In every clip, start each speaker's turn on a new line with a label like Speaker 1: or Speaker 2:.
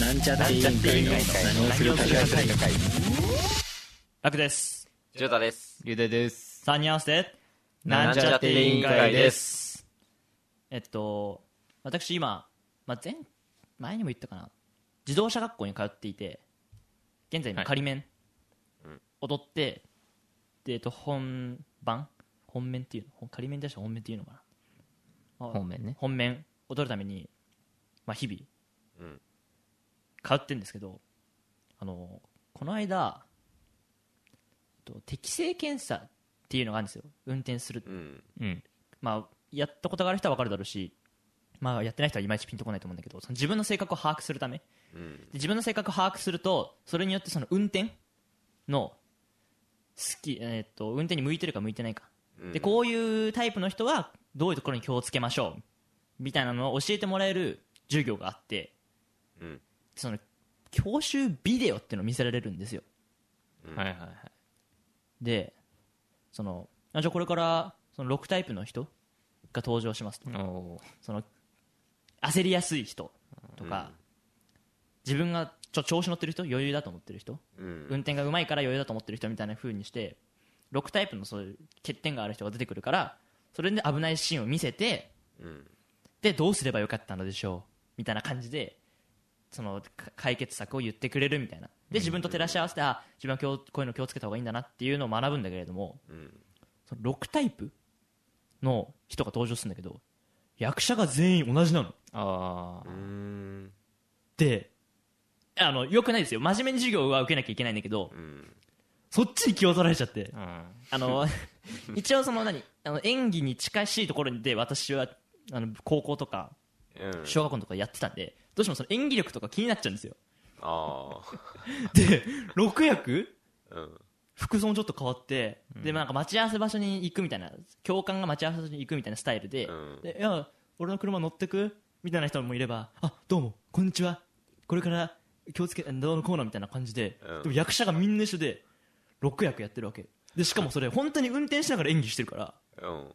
Speaker 1: なんちゃって委員会の何をするか会
Speaker 2: 楽です。
Speaker 3: ジョタです。
Speaker 4: ゆでです。
Speaker 2: 3人合わせて、
Speaker 4: なんちゃって委員会です。
Speaker 2: えっと、私今、まあ、前、前にも言ったかな。自動車学校に通っていて、現在今
Speaker 4: はい
Speaker 2: 仮面、踊って、で、えっと、本番本面っていうのほん仮面に対して本面っていうのかな。まあ
Speaker 4: 本面ね。
Speaker 2: 本面を取るために、まあ、日々、
Speaker 3: うん
Speaker 2: 通ってるんですけどあのこの間えっと適性検査っていうのがあるんですよ運転する、
Speaker 3: うん。
Speaker 4: うん。
Speaker 2: まあ、やったことがある人は分かるだろうし、まあ、やってない人はいまいちピンとこないと思うんだけどその自分の性格を把握するためで
Speaker 3: うん。
Speaker 2: 自分の性格を把握するとそれによってその運転の好き、えっと運転に向いてるか向いてないか
Speaker 3: うん
Speaker 2: でこういうタイプの人はどういうところに気をつけましょうみたいなのを教えてもらえる授業があって
Speaker 3: うん。
Speaker 2: その教習ビデオっていうのを見せられるんですよ
Speaker 4: はいはいはい。
Speaker 2: でそのあじゃあこれからその6タイプの人が登場しますと
Speaker 4: おー
Speaker 2: その焦りやすい人とか、自分がちょ調子乗ってる人余裕だと思ってる人
Speaker 3: うん。
Speaker 2: 運転がうまいから余裕だと思ってる人みたいな風にして6タイプのそういう欠点がある人が出てくるからそれで危ないシーンを見せて
Speaker 3: うん。
Speaker 2: でどうすればよかったのでしょうみたいな感じでそのか解決策を言ってくれるみたいなで自分と照らし合わせて、あ自分は今日こういうの気をつけた方がいいんだなっていうのを学ぶんだけれども
Speaker 3: うん。
Speaker 2: その6タイプの人が登場するんだけど役者が全員同じなの
Speaker 4: あ
Speaker 3: うーん。
Speaker 2: であのよくないですよ真面目に授業は受けなきゃいけないんだけど
Speaker 3: うん。
Speaker 2: そっちに気を取られちゃって
Speaker 4: あ。うん。
Speaker 2: あ の一応その何あの演技に近しいところで私はあの高校とか
Speaker 3: うん。
Speaker 2: 小学校とかやってたんでどうしてもその演技力とか気になっちゃうんですよ
Speaker 3: ああ。
Speaker 2: で6役
Speaker 3: うん。
Speaker 2: 服装もちょっと変わって、でなんか待ち合わせ場所に行くみたいな教官が待ち合わせ場所に行くみたいなスタイルで,、
Speaker 3: うん
Speaker 2: でいや俺の車乗ってくみたいな人もいればあどうもこんにちはこれから気をつけどうのコーナーみたいな感じで、
Speaker 3: うん
Speaker 2: でも役者がみんな一緒で6役やってるわけでしかもそれ本当に運転しながら演技してるから
Speaker 3: うん。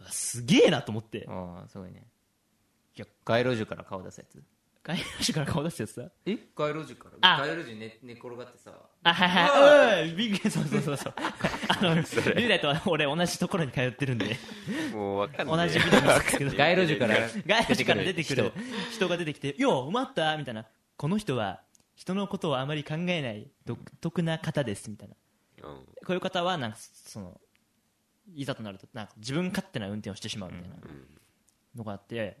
Speaker 2: あすげえなと思って
Speaker 4: ああ、すごいね。
Speaker 2: いや
Speaker 4: 街路樹から顔出すやつ。
Speaker 2: 外来種から顔出してやつだ
Speaker 4: え
Speaker 5: 街路樹か
Speaker 2: あ
Speaker 5: ら街路樹に寝寝転がってさ
Speaker 2: あはいはいおいビッグそうそうそうそうあの龍大と俺同じところに通ってるんで
Speaker 3: もうわかん
Speaker 2: 同
Speaker 3: ない。
Speaker 2: じビデオなんですけ ど
Speaker 4: 街路樹から。
Speaker 2: 外来種から出てくる人が出てきて「よう待った?」みたいな「この人は人のことをあまり考えない独特な方です」みたいな
Speaker 3: うん。
Speaker 2: こういう方はなんかそのいざとなるとなんか自分勝手な運転をしてしまうみたいな
Speaker 3: うん。
Speaker 2: のがあって、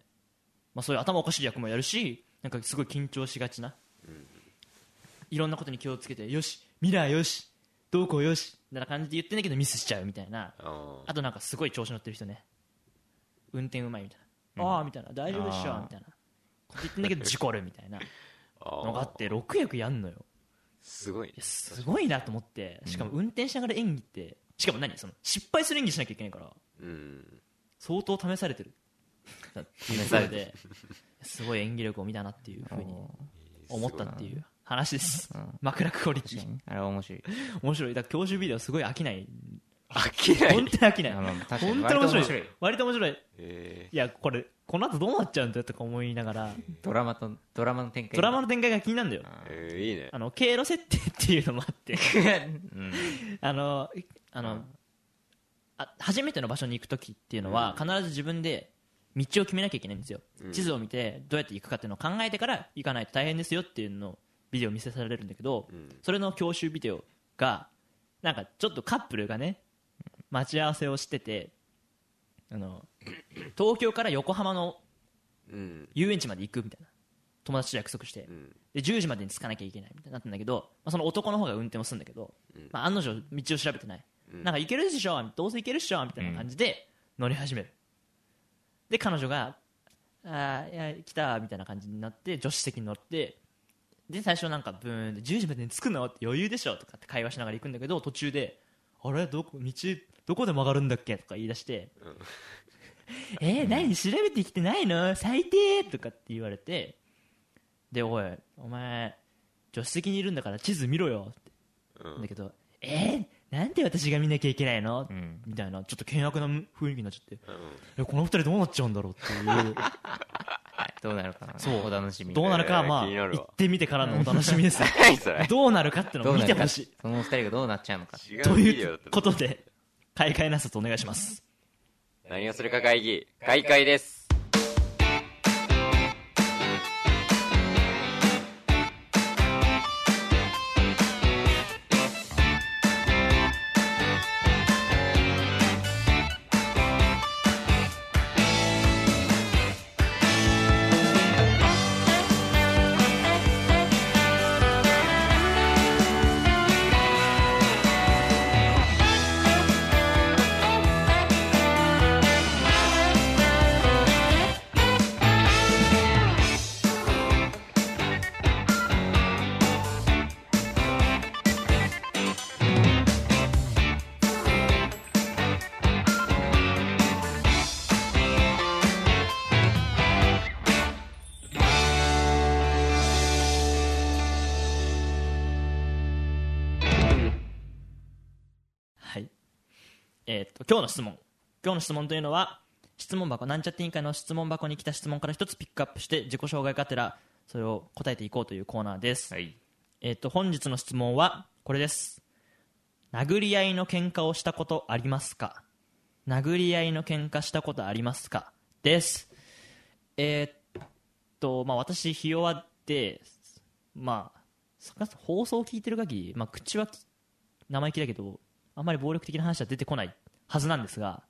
Speaker 2: まあ、そういう頭おかしい役もやるしなんかすごい緊張しがちな、いろんなことに気をつけて「よしミラーよしどうこうよし」みたいな感じで言ってんだけどミスしちゃうみたいな
Speaker 3: ああ。
Speaker 2: あとなんかすごい調子乗ってる人ね運転うまいみたいな、ああみたいな大丈夫でしょ
Speaker 4: あー
Speaker 2: みたいなこと言ってんだけど事故るみたいなのがあ
Speaker 3: ああ。
Speaker 2: って6役やんのよ
Speaker 3: すごい
Speaker 2: いや。すごいなと思ってしかも運転しながら演技ってしかも何その失敗する演技しなきゃいけないから
Speaker 3: うん。
Speaker 2: 相当試されてる試
Speaker 4: されて
Speaker 2: すごい演技力を見たなっていうふうに思ったってい
Speaker 4: そう
Speaker 2: 話です
Speaker 4: うん
Speaker 2: 枕クオリテ
Speaker 4: 確か
Speaker 2: ィ
Speaker 4: に。あれは面白い。
Speaker 2: 面白いだから教習ビデオすごい飽きない
Speaker 3: 飽き
Speaker 2: 本
Speaker 3: な
Speaker 2: 当
Speaker 3: い
Speaker 2: に。飽きない
Speaker 4: あまあ確かに
Speaker 2: 本当に面
Speaker 4: 割と面
Speaker 2: 白
Speaker 4: 白
Speaker 2: い
Speaker 4: い
Speaker 2: 割と面白い
Speaker 3: え
Speaker 2: いやこれこの後どうなっちゃうんだとか思いながら
Speaker 4: ドラマと、ドラマの展開。
Speaker 2: ドラマの展開が気になるんだよ
Speaker 3: ーえー。いいね。
Speaker 2: あの経路設定っていうのもあって
Speaker 4: うん。
Speaker 2: あのあのあ初めての場所に行く時っていうのは必ず自分で道を決めなきゃいけないんですよ
Speaker 3: うん
Speaker 2: 地図を見てどうやって行くかっていうのを考えてから行かないと大変ですよっていうのをビデオ見せられるんだけど
Speaker 3: うん。
Speaker 2: それの教習ビデオがなんかちょっとカップルがね待ち合わせをしててあの東京から横浜の
Speaker 3: うん。
Speaker 2: 遊園地まで行くみたいな友達と約束して
Speaker 3: うん。
Speaker 2: で10時までに着かなきゃいけないみたいになったんだけど、まあ、その男の方が運転をするんだけど、
Speaker 3: うん
Speaker 2: まあ、案の定道を調べてない、
Speaker 3: うん
Speaker 2: なんか行けるでしょどうせ行けるでしょみたいな感じで乗り始める、で彼女が「あーいや来た」みたいな感じになって助手席に乗ってで最初なんかブーンで10時までに着くのって余裕でしょとかって会話しながら行くんだけど途中で「あれどこ道どこで曲がるんだっけ?」とか言い出して「えー、何調べてきてないの最低!」とかって言われてで、おい、お前、助手席にいるんだから地図見ろよって。
Speaker 3: うん
Speaker 2: だけど、えー、なんで私が見なきゃいけないの、
Speaker 4: うん
Speaker 2: みたいな、ちょっと険悪な雰囲気になっちゃって、
Speaker 3: うん
Speaker 2: えこの二人どうなっちゃうんだろうっていう、
Speaker 4: どうなるかな。
Speaker 2: そう
Speaker 4: お楽しみに。
Speaker 2: どうなるかはまあ
Speaker 3: 気になるわ
Speaker 2: 行ってみてからのお楽しみ です
Speaker 3: 何それ
Speaker 2: どうなるかっての
Speaker 4: ど
Speaker 2: を
Speaker 4: う
Speaker 2: 見
Speaker 4: なる
Speaker 2: て
Speaker 4: か
Speaker 2: ほしい
Speaker 4: その二人がどうなっちゃうのか。
Speaker 3: 違う
Speaker 2: と
Speaker 3: ビデ
Speaker 2: い
Speaker 3: オだっ
Speaker 2: う
Speaker 3: た
Speaker 2: ことで開会なさとお願いします
Speaker 3: 何をするか会議開会です
Speaker 2: はいえーっと今日の質問今日の質問というのは質問箱なんちゃって委員会の質問箱に来た質問から一つピックアップして自己紹介がてらそれを答えていこうというコーナーです、
Speaker 4: はい。
Speaker 2: えーっと本日の質問はこれです殴り合いの喧嘩をしたことありますか殴り合いの喧嘩したことありますかですえーっとまあ私ひ弱でまあさ放送を聞いてる限り、まあ、口はき生意気だけどあんまり暴力的な話は出てこないはずなんですが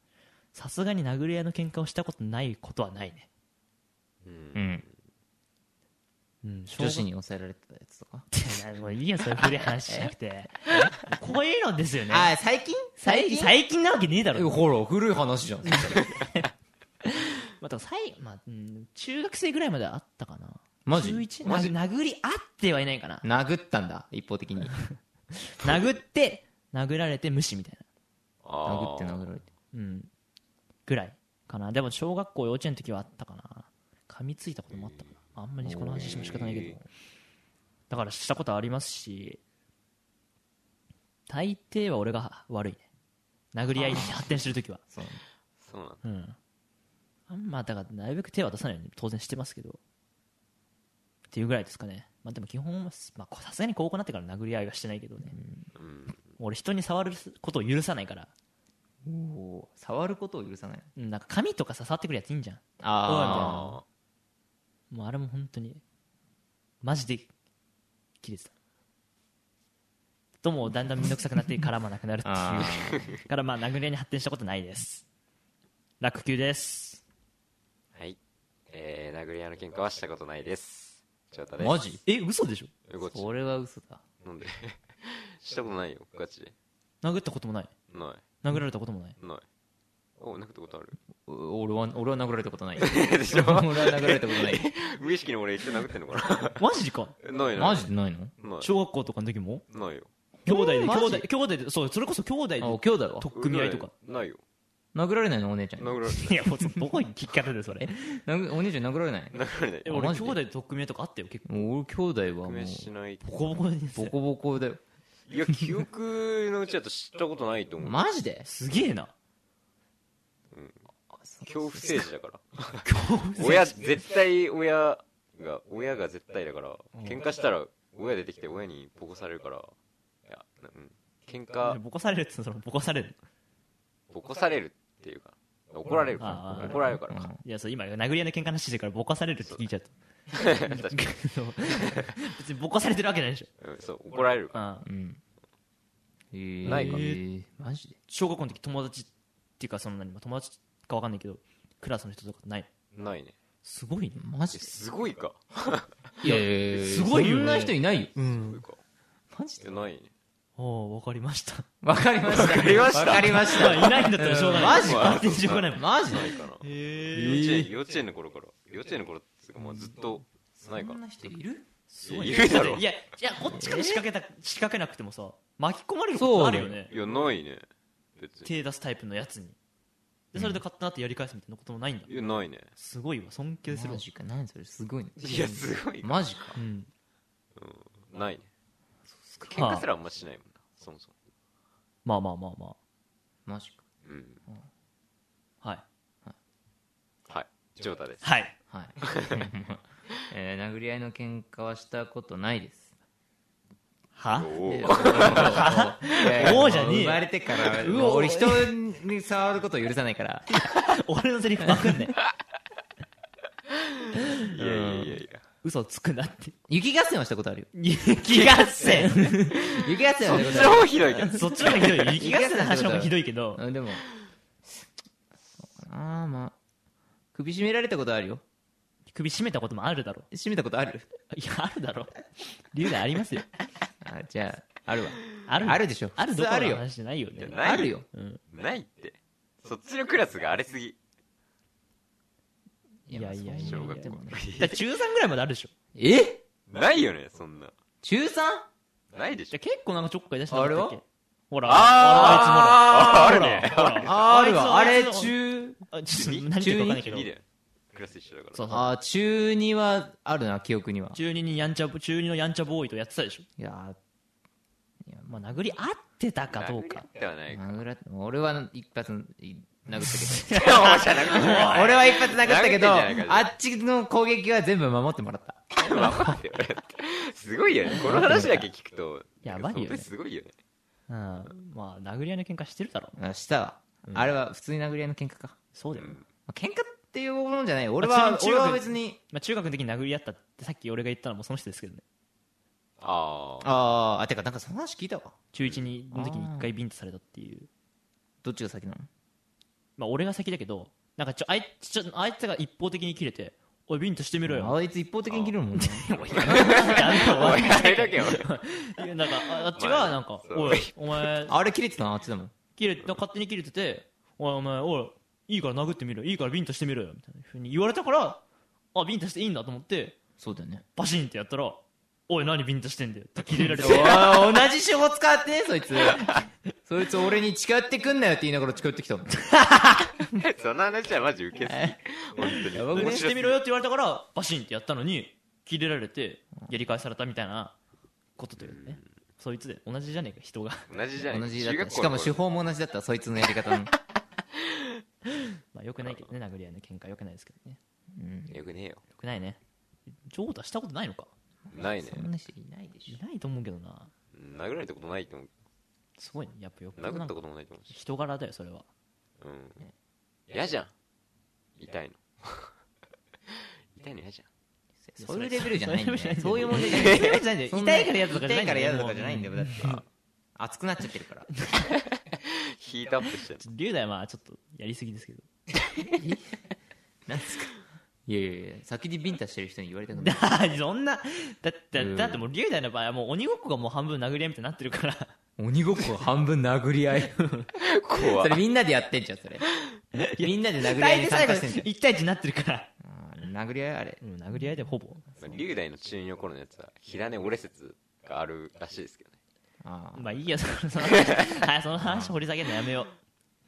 Speaker 2: さすがに殴り合いの喧嘩をしたことないことはないね、
Speaker 4: うん。
Speaker 2: うん、
Speaker 4: 女子に抑えられてたやつとか。
Speaker 2: もう いいよそういう古い話しなくてこういうのですよね
Speaker 4: あー、最近
Speaker 2: 最近最近なわけねえだ
Speaker 4: え
Speaker 2: ろ、
Speaker 4: ほら、古い話じゃん。
Speaker 2: まあ、多分最まあうん中学生ぐらいまではあったかな
Speaker 4: マジ
Speaker 2: 中1
Speaker 4: マジ
Speaker 2: な殴り合ってはいないかな
Speaker 4: 殴ったんだ、一方的に。
Speaker 2: 殴って殴られて無視みたい
Speaker 3: あ
Speaker 4: 殴って殴られて。
Speaker 2: なうんぐらいかなでも小学校幼稚園の時はあったかな噛みついたこともあったかなあんまりこの話しても仕方ないけどだからしたことありますし大抵は俺が悪いね殴り合いに発展してる時は
Speaker 4: そう。
Speaker 3: そうなんだ
Speaker 2: うんあんまだからなるべく手は出さないように当然してますけどっていうぐらいですかねまあでも基本はすまあこさすがに高校になってから殴り合いはしてないけどね、俺人に触ることを許さないから、
Speaker 4: おー触ることを許さない。
Speaker 2: うんなんか髪とかさ触ってくるやついいんじゃん
Speaker 4: あ
Speaker 3: あ
Speaker 2: もうあれも本当にマジで切れてたともうだんだん面倒くさくなって絡まなくなるってい
Speaker 4: あ
Speaker 2: うからまあ殴り合いに発展したことないです落球です
Speaker 3: はいえー、殴り合いの喧嘩はしたことないです翔太
Speaker 4: ー。
Speaker 3: です
Speaker 4: マジ
Speaker 2: え嘘でしょ
Speaker 3: えこっち
Speaker 4: それは嘘だ。
Speaker 3: なんで したことないよガチで
Speaker 2: 殴ったこともない
Speaker 3: な
Speaker 2: 殴られたこともない
Speaker 3: いないお殴ったことある
Speaker 4: お 俺は、俺は殴られた ことない。
Speaker 3: でし
Speaker 4: 俺は殴
Speaker 3: ょ
Speaker 4: られたことない。
Speaker 3: 無意識に俺一緒に殴ってんのか
Speaker 2: マジか
Speaker 3: な ないない
Speaker 4: マジでないの
Speaker 3: ない
Speaker 2: 小学校とかの時も
Speaker 3: ないよ
Speaker 2: 兄弟で
Speaker 4: えー
Speaker 2: 兄
Speaker 4: マジ
Speaker 2: 弟兄弟でそうそれこそ兄弟で
Speaker 4: あ、兄弟は
Speaker 2: 取っ組み合いとか
Speaker 3: ないよ
Speaker 4: 殴られないのお姉ちゃんに。
Speaker 3: 殴られ
Speaker 2: いやもうそどこに聞き方でそれ
Speaker 4: 殴お姉ちゃんに殴られない
Speaker 3: 殴られない
Speaker 2: え
Speaker 4: あ
Speaker 2: 俺
Speaker 4: マ
Speaker 2: 兄
Speaker 4: ジで
Speaker 2: 弟で取っ組み合いとかあったよ結構
Speaker 4: もう俺兄弟はも
Speaker 3: 特
Speaker 4: う
Speaker 3: 命しない
Speaker 2: ボコボコに
Speaker 4: ボコボコだよ
Speaker 3: いや記憶のうちだと知ったことないと思う
Speaker 4: マジです
Speaker 2: げえな
Speaker 3: 恐怖政治だから
Speaker 2: 恐怖
Speaker 3: 親絶対親が親が絶対だから喧嘩したら親出てきて親にボコされるからいやなうん喧嘩
Speaker 2: ボコされるってそのボコされる
Speaker 3: ボコされるっていうか怒られる
Speaker 2: あ
Speaker 3: か
Speaker 2: あ
Speaker 3: ら怒られるから
Speaker 4: うん
Speaker 3: か
Speaker 2: いやそう今殴り合いの喧嘩の話してるからボコされるって聞いち ゃった
Speaker 3: 確かに、
Speaker 2: そう別にボコされてるわけないでしょ
Speaker 3: うん、そう怒られるから
Speaker 2: ああ
Speaker 4: うんえー
Speaker 3: ないか
Speaker 4: えーマジで
Speaker 2: 小学校の時友達っていうかその何まあ友達かわかんないけどクラスの人とかない
Speaker 3: ないね
Speaker 2: すごいね
Speaker 4: マジ
Speaker 3: え
Speaker 4: です
Speaker 3: ごいか
Speaker 4: いやいやいや
Speaker 2: すごいよ
Speaker 4: そ
Speaker 2: ね
Speaker 4: んな人いないよ
Speaker 3: すごいか
Speaker 4: マジ
Speaker 3: いやないね
Speaker 2: ああわかりました
Speaker 4: わかりましたわ
Speaker 3: かりました
Speaker 4: わかりまし
Speaker 2: まあい
Speaker 4: た
Speaker 2: ないんだったらしょうがない
Speaker 4: マジ
Speaker 3: か
Speaker 2: 勝手にしょうがないもん
Speaker 4: マジで
Speaker 3: ないかな幼稚園幼稚園の頃から幼稚園の頃っていうかもうずっとないか
Speaker 4: そん
Speaker 3: ら
Speaker 4: な人いる
Speaker 3: いやいるだろ
Speaker 2: いやいやこっちから仕掛けた、仕掛けなくてもさ巻き込まれるこ
Speaker 4: そう
Speaker 2: とあるよね
Speaker 3: いやないね別に
Speaker 2: 手出すタイプのやつにでそれで勝ったなってやり返すみたいなこともないんだ
Speaker 3: いやないね
Speaker 2: すごいわ尊敬するわ
Speaker 4: マジか何それすごいね
Speaker 3: いやすごいか
Speaker 4: マジか
Speaker 2: うん
Speaker 3: ないね喧
Speaker 2: か
Speaker 3: 嘩すらあんましないもんなそもそも
Speaker 2: まあまあまあま
Speaker 4: マジか
Speaker 3: うん
Speaker 2: あはい
Speaker 3: はい。ジョータです。
Speaker 2: はい
Speaker 4: はい、 えー殴り合いの喧嘩はしたことないです
Speaker 2: は
Speaker 3: お
Speaker 4: いや
Speaker 3: ー
Speaker 2: お
Speaker 4: も
Speaker 2: お
Speaker 4: う
Speaker 2: じゃねえよ
Speaker 4: 生まれてから
Speaker 2: うお
Speaker 4: もう俺人に触ることを許さない から
Speaker 2: 俺のセリフまくんね
Speaker 3: いやいやいやいや
Speaker 2: 嘘つくなって
Speaker 4: 雪合戦はしたことあるよ
Speaker 2: 雪合戦
Speaker 4: 雪合戦はしたことある
Speaker 3: それもひどいけ ど
Speaker 2: そっちの方がひどいよ雪合戦の話の方がひどいけど
Speaker 4: うんでもそうかなまあ首絞められたことあるよ
Speaker 2: 首絞めたこともあるだろ
Speaker 4: 絞めたことある
Speaker 2: いやあるだろ理由がありますよ
Speaker 4: あじゃああるわ
Speaker 2: ある
Speaker 4: あるでしょ
Speaker 2: あるどこ
Speaker 4: 普通ある
Speaker 2: ろの
Speaker 4: よ
Speaker 2: 話じゃないよ
Speaker 3: いや
Speaker 2: ね
Speaker 3: ない
Speaker 4: あるよ
Speaker 3: ないってそっちのクラスが荒れすぎ
Speaker 2: いやいやいや
Speaker 4: そ
Speaker 2: い
Speaker 4: う
Speaker 2: や
Speaker 3: 小
Speaker 4: 思っ
Speaker 3: 学
Speaker 4: て
Speaker 3: 校
Speaker 4: もね
Speaker 2: だから中3ぐらいまであるでしょ
Speaker 4: え
Speaker 3: ないよねそんな
Speaker 4: 中 3?
Speaker 3: ないでし
Speaker 2: じ
Speaker 3: ょ
Speaker 2: ゃあ結構なんかちょっかい出してなかったっ
Speaker 4: あれ
Speaker 2: け
Speaker 4: は
Speaker 2: ほら
Speaker 3: あ
Speaker 2: あいつ
Speaker 3: ーあ
Speaker 2: も
Speaker 3: る
Speaker 2: だ
Speaker 3: ね
Speaker 2: ほらほら
Speaker 4: あるわあ
Speaker 2: い
Speaker 4: れ
Speaker 2: つ
Speaker 4: 中
Speaker 2: あちょっと何言ってるか分かんないけど
Speaker 3: 2だよクラス一緒だから
Speaker 2: そうそう
Speaker 4: あー中2はあるな記憶には
Speaker 2: 中二にやんちゃ中二のやんちゃボーイとやってたでしょ
Speaker 4: いや
Speaker 2: まあ殴り合ってたかどうか
Speaker 3: 殴り合っては な
Speaker 4: ー
Speaker 3: いか
Speaker 4: 殴ら俺は一発い殴ったけど
Speaker 3: おじゃなくて
Speaker 4: 俺は一発殴ったけど
Speaker 3: 殴ってんじゃないか
Speaker 4: あっちの攻撃は全部守ってもらった
Speaker 3: 守ってもらってすごいよねこの話だけ聞くと
Speaker 2: やばいよね
Speaker 3: 本当にすごいよね
Speaker 2: うんまあ殴り合いの喧嘩してるだろう
Speaker 4: あしたわ、あれは普通に殴り合いの喧嘩か、
Speaker 2: そうだよね
Speaker 4: まあ喧嘩っていうものじゃない俺
Speaker 2: まあ
Speaker 4: は
Speaker 2: ちなみ
Speaker 4: 俺
Speaker 2: に
Speaker 4: は別に
Speaker 2: まあ中学の時に殴り合ったってさっき俺が言ったのもその人ですけどね
Speaker 3: ああ
Speaker 4: あーあてかなんかその話聞いたわ
Speaker 2: 中1にの時に一回ビンタされたっていう
Speaker 4: どっちが先なの
Speaker 2: まあ俺が先だけどなんかちょあいつちょあいつが一方的に切れて「おいビンタしてみろよ
Speaker 4: あいつ一方的に切るもんね」
Speaker 3: おいあれだけは
Speaker 2: なんかああっちがなんか「
Speaker 3: そう
Speaker 2: おいお 前
Speaker 4: あれ切れてたのあっちだもん
Speaker 2: 切れ勝手に切れてて「おいお前おいいいから殴ってみろよいいからビンタしてみろよ」みたいなふうに言われたからあビンタしていいんだと思って
Speaker 4: そうだよね
Speaker 2: バシンってやったら「おい何ビンタしてんだよ」って切れられて
Speaker 4: おい同じ手法使ってねそいつそいつ俺に近寄ってくんなよって言いながら近寄ってきたもん
Speaker 3: その話はマジ受けすぎ本当に
Speaker 4: ばくね
Speaker 3: 面
Speaker 2: 「して
Speaker 3: 白
Speaker 2: みろよ」って言われたからバシンってやったのに切れられてやり返されたみたいなことというねそいつで同じじゃねえか人が
Speaker 3: 同じじゃない
Speaker 4: 同じだった
Speaker 3: 中学
Speaker 4: し
Speaker 3: 校
Speaker 4: か
Speaker 3: の
Speaker 4: も
Speaker 3: 頃
Speaker 4: 手法も同じだったそいつのやり 方の
Speaker 2: まあよくないけどね殴り合いの喧嘩よくないですけどね
Speaker 3: よくねえよ
Speaker 2: よくないね譲渡したことないのか
Speaker 3: ないね
Speaker 4: そんな人いないで
Speaker 2: い
Speaker 4: し
Speaker 2: ないと思うけどな
Speaker 3: 殴られたことないと思う
Speaker 2: すごいねやっぱよく
Speaker 3: 殴ったこともないと思うし
Speaker 2: 人柄だよそれは
Speaker 3: うん嫌じゃん痛いの 痛いの嫌じゃん
Speaker 4: ょそういうレベルじゃないんだ
Speaker 2: それ
Speaker 4: よ
Speaker 2: そ
Speaker 4: そうう
Speaker 2: い
Speaker 4: いうう
Speaker 2: 問
Speaker 4: 問
Speaker 2: 題
Speaker 4: 題
Speaker 2: じ
Speaker 4: じ
Speaker 2: ゃ
Speaker 4: ゃ
Speaker 2: な
Speaker 4: ないい
Speaker 2: そんな痛いから嫌だとかじゃ
Speaker 4: 痛
Speaker 2: ないんだよ
Speaker 4: いから嫌だとかじゃないんだよだって熱くなっちゃってるから
Speaker 3: ヒートアップして る
Speaker 2: ちょっと龍大はまあちょっとやりすぎですけど
Speaker 4: なん ですかいやいやいや先にビンタしてる人に言われたくな
Speaker 2: だ
Speaker 4: い
Speaker 2: そんなだって
Speaker 4: うん
Speaker 2: だってもう龍大の場合はもう鬼ごっこがもう半分殴り合いみたいになってるから
Speaker 4: 鬼ごっこ半分殴り合い
Speaker 3: 怖
Speaker 4: それみんなでやってんじゃんそれみんなで殴り合いに参加してんじゃん
Speaker 2: 1対1になってるから
Speaker 4: あー殴り合いあれ
Speaker 2: うん殴り合いでほぼ
Speaker 3: 龍大の中二の頃のやつは平根折れ説があるらしいですけどね
Speaker 4: あー
Speaker 2: まあいいやそ のその話はいその話掘り下げるのやめよう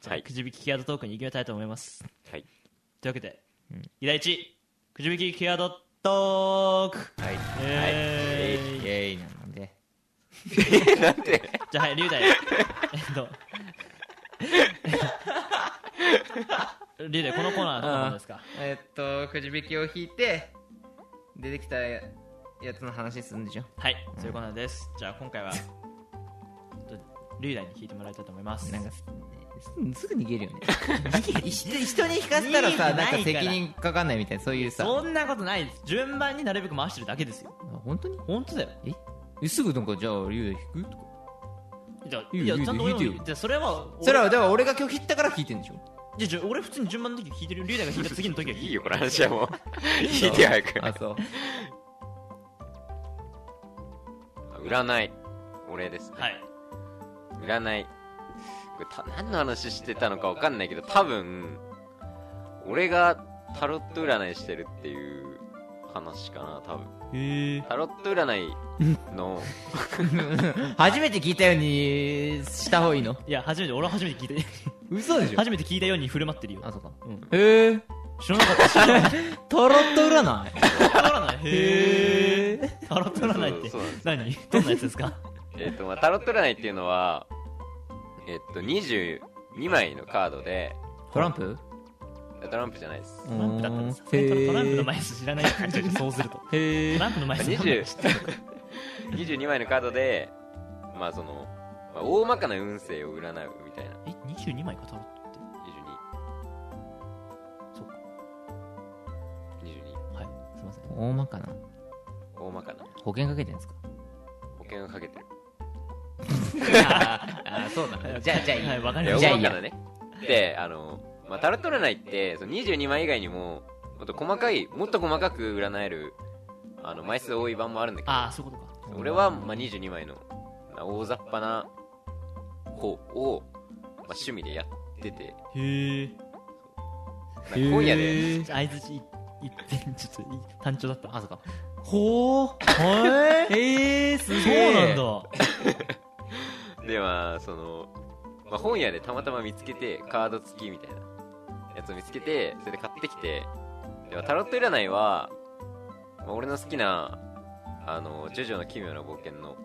Speaker 2: じゃ
Speaker 3: は
Speaker 2: あ
Speaker 3: い
Speaker 2: くじ引きキーワードトークに行きたいと思います
Speaker 3: はい
Speaker 2: というわけで依頼1くじ引きキーワードトーク
Speaker 4: はい
Speaker 2: えー
Speaker 4: イエーイなので
Speaker 2: じゃあはい 龍大えっと 龍大このコーナーはどうなんですか
Speaker 4: えーっとくじ引きを引いて出てきたやつの話するんでしょ
Speaker 2: はい、そういうことなんです。じゃあ今回は、ちょっとリュウダイに弾いてもらいたいと思います。
Speaker 4: なんかすすぐ逃げるよね人人に引かせたらさな
Speaker 2: 逃げてない
Speaker 4: ん
Speaker 2: から
Speaker 4: か責任かかんないみたいなそういうさ
Speaker 2: そんなことないです。順番になるべく回してるだけですよ。
Speaker 4: あ本当に
Speaker 2: 本当だよ。
Speaker 4: ええすぐなんかじゃあ竜引くとか
Speaker 2: じゃあ、
Speaker 4: いい
Speaker 2: い
Speaker 4: よ
Speaker 2: や、ちゃんと俺も
Speaker 4: いいよいいよ
Speaker 2: じゃあそれは、
Speaker 4: それはだから俺が今日引ったから引いてんでしょ
Speaker 2: 俺、じゃあ俺普通に順番の時弾いてるよ。リュウダイが弾いた次の時は弾
Speaker 3: い
Speaker 2: い
Speaker 3: いよこの話はもう 聞いてよ早く
Speaker 4: あそう
Speaker 3: 占いお礼ですね、
Speaker 2: はい。
Speaker 3: 占いこれた何の話してたのか分かんないけど多分俺がタロット占いしてるっていう話かな多分
Speaker 2: へえ。
Speaker 3: タロット占いの
Speaker 4: 初めて聞いたようにした方がいいの
Speaker 2: いや、初めて、俺は初めて聞い
Speaker 4: 嘘で
Speaker 2: た、 初めて聞いたように振る舞ってるよ。
Speaker 4: あそうか
Speaker 2: うん
Speaker 4: へえ
Speaker 2: 知らなかった。知らなかっ
Speaker 4: タロット占い
Speaker 2: た。わからない。へえ。タロット占いって
Speaker 3: そうそうなんで、
Speaker 2: 何どんなやつですか
Speaker 3: えっと、まあ、タロット占いっていうのはえっと22枚のカードで
Speaker 4: トランプ
Speaker 3: トランプじゃないです。
Speaker 2: トランプだったんですよね
Speaker 4: へー
Speaker 2: トランプの枚数知らないって言っちゃう そうするとト
Speaker 4: へえ
Speaker 2: ランプの枚数なんだ
Speaker 3: 20 22枚のカードで、まあその、まあ、大まかな運勢を占うみたいな。
Speaker 2: え22枚かタロットって
Speaker 3: 22。
Speaker 2: そうか。
Speaker 3: 22。
Speaker 2: はいすいません
Speaker 4: 大まかな
Speaker 3: 大まかな。
Speaker 4: 保険かけてんですか
Speaker 3: 保険をかけてる。
Speaker 4: ああそうだじゃあじゃあいい、
Speaker 2: はいわか
Speaker 3: い
Speaker 2: り
Speaker 3: や
Speaker 2: まし
Speaker 4: じゃ
Speaker 2: た
Speaker 4: あい
Speaker 3: 大
Speaker 4: い
Speaker 3: ま
Speaker 4: や
Speaker 3: かなね。で、あの、まあ、タロット占いって、その22枚以外にも、もっと細かい、もっと細かく占える、あの、枚数多い版もあるんだけど、
Speaker 2: ああそういうことか
Speaker 3: 俺は、まあ、22枚のまあ大雑把な方を、まあ、趣味でやってて
Speaker 2: へえ
Speaker 3: なんか今夜で
Speaker 2: 相づち一点ちょっとい単調だった
Speaker 4: あそうか
Speaker 2: ほーはーい
Speaker 4: ええす
Speaker 2: そうな
Speaker 4: だ
Speaker 2: んだ
Speaker 3: でまあその、まあ、本屋でたまたま見つけてカード付きみたいなやつを見つけてそれで買ってきてでまあタロット占いは、まあ、俺の好きなあの「ジョジョの奇妙な冒険の」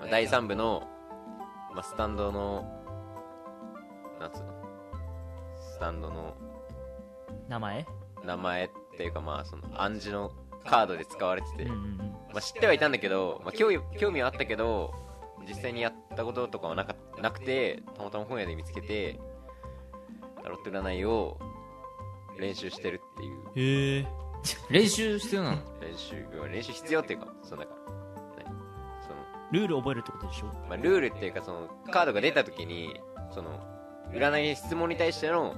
Speaker 3: まあ第3部の、まあ、スタンドのなんつうのスタンドの
Speaker 2: 名前
Speaker 3: 名前っていうかまあその暗示のカードで使われてて、
Speaker 2: うんうんうん
Speaker 3: まあ、知ってはいたんだけど、まあ、興味興味はあったけど実際にやったこととかはなかなくてたまたま本屋で見つけてタロット占いを練習してるって
Speaker 2: へ
Speaker 3: いう
Speaker 2: え
Speaker 4: 練習必要なの
Speaker 3: 練習練習必要っていうかそのなんか何その
Speaker 2: ルール覚えるってことでしょ
Speaker 3: まあ、ルールっていうかそのカードが出た時にその占い質問に対しての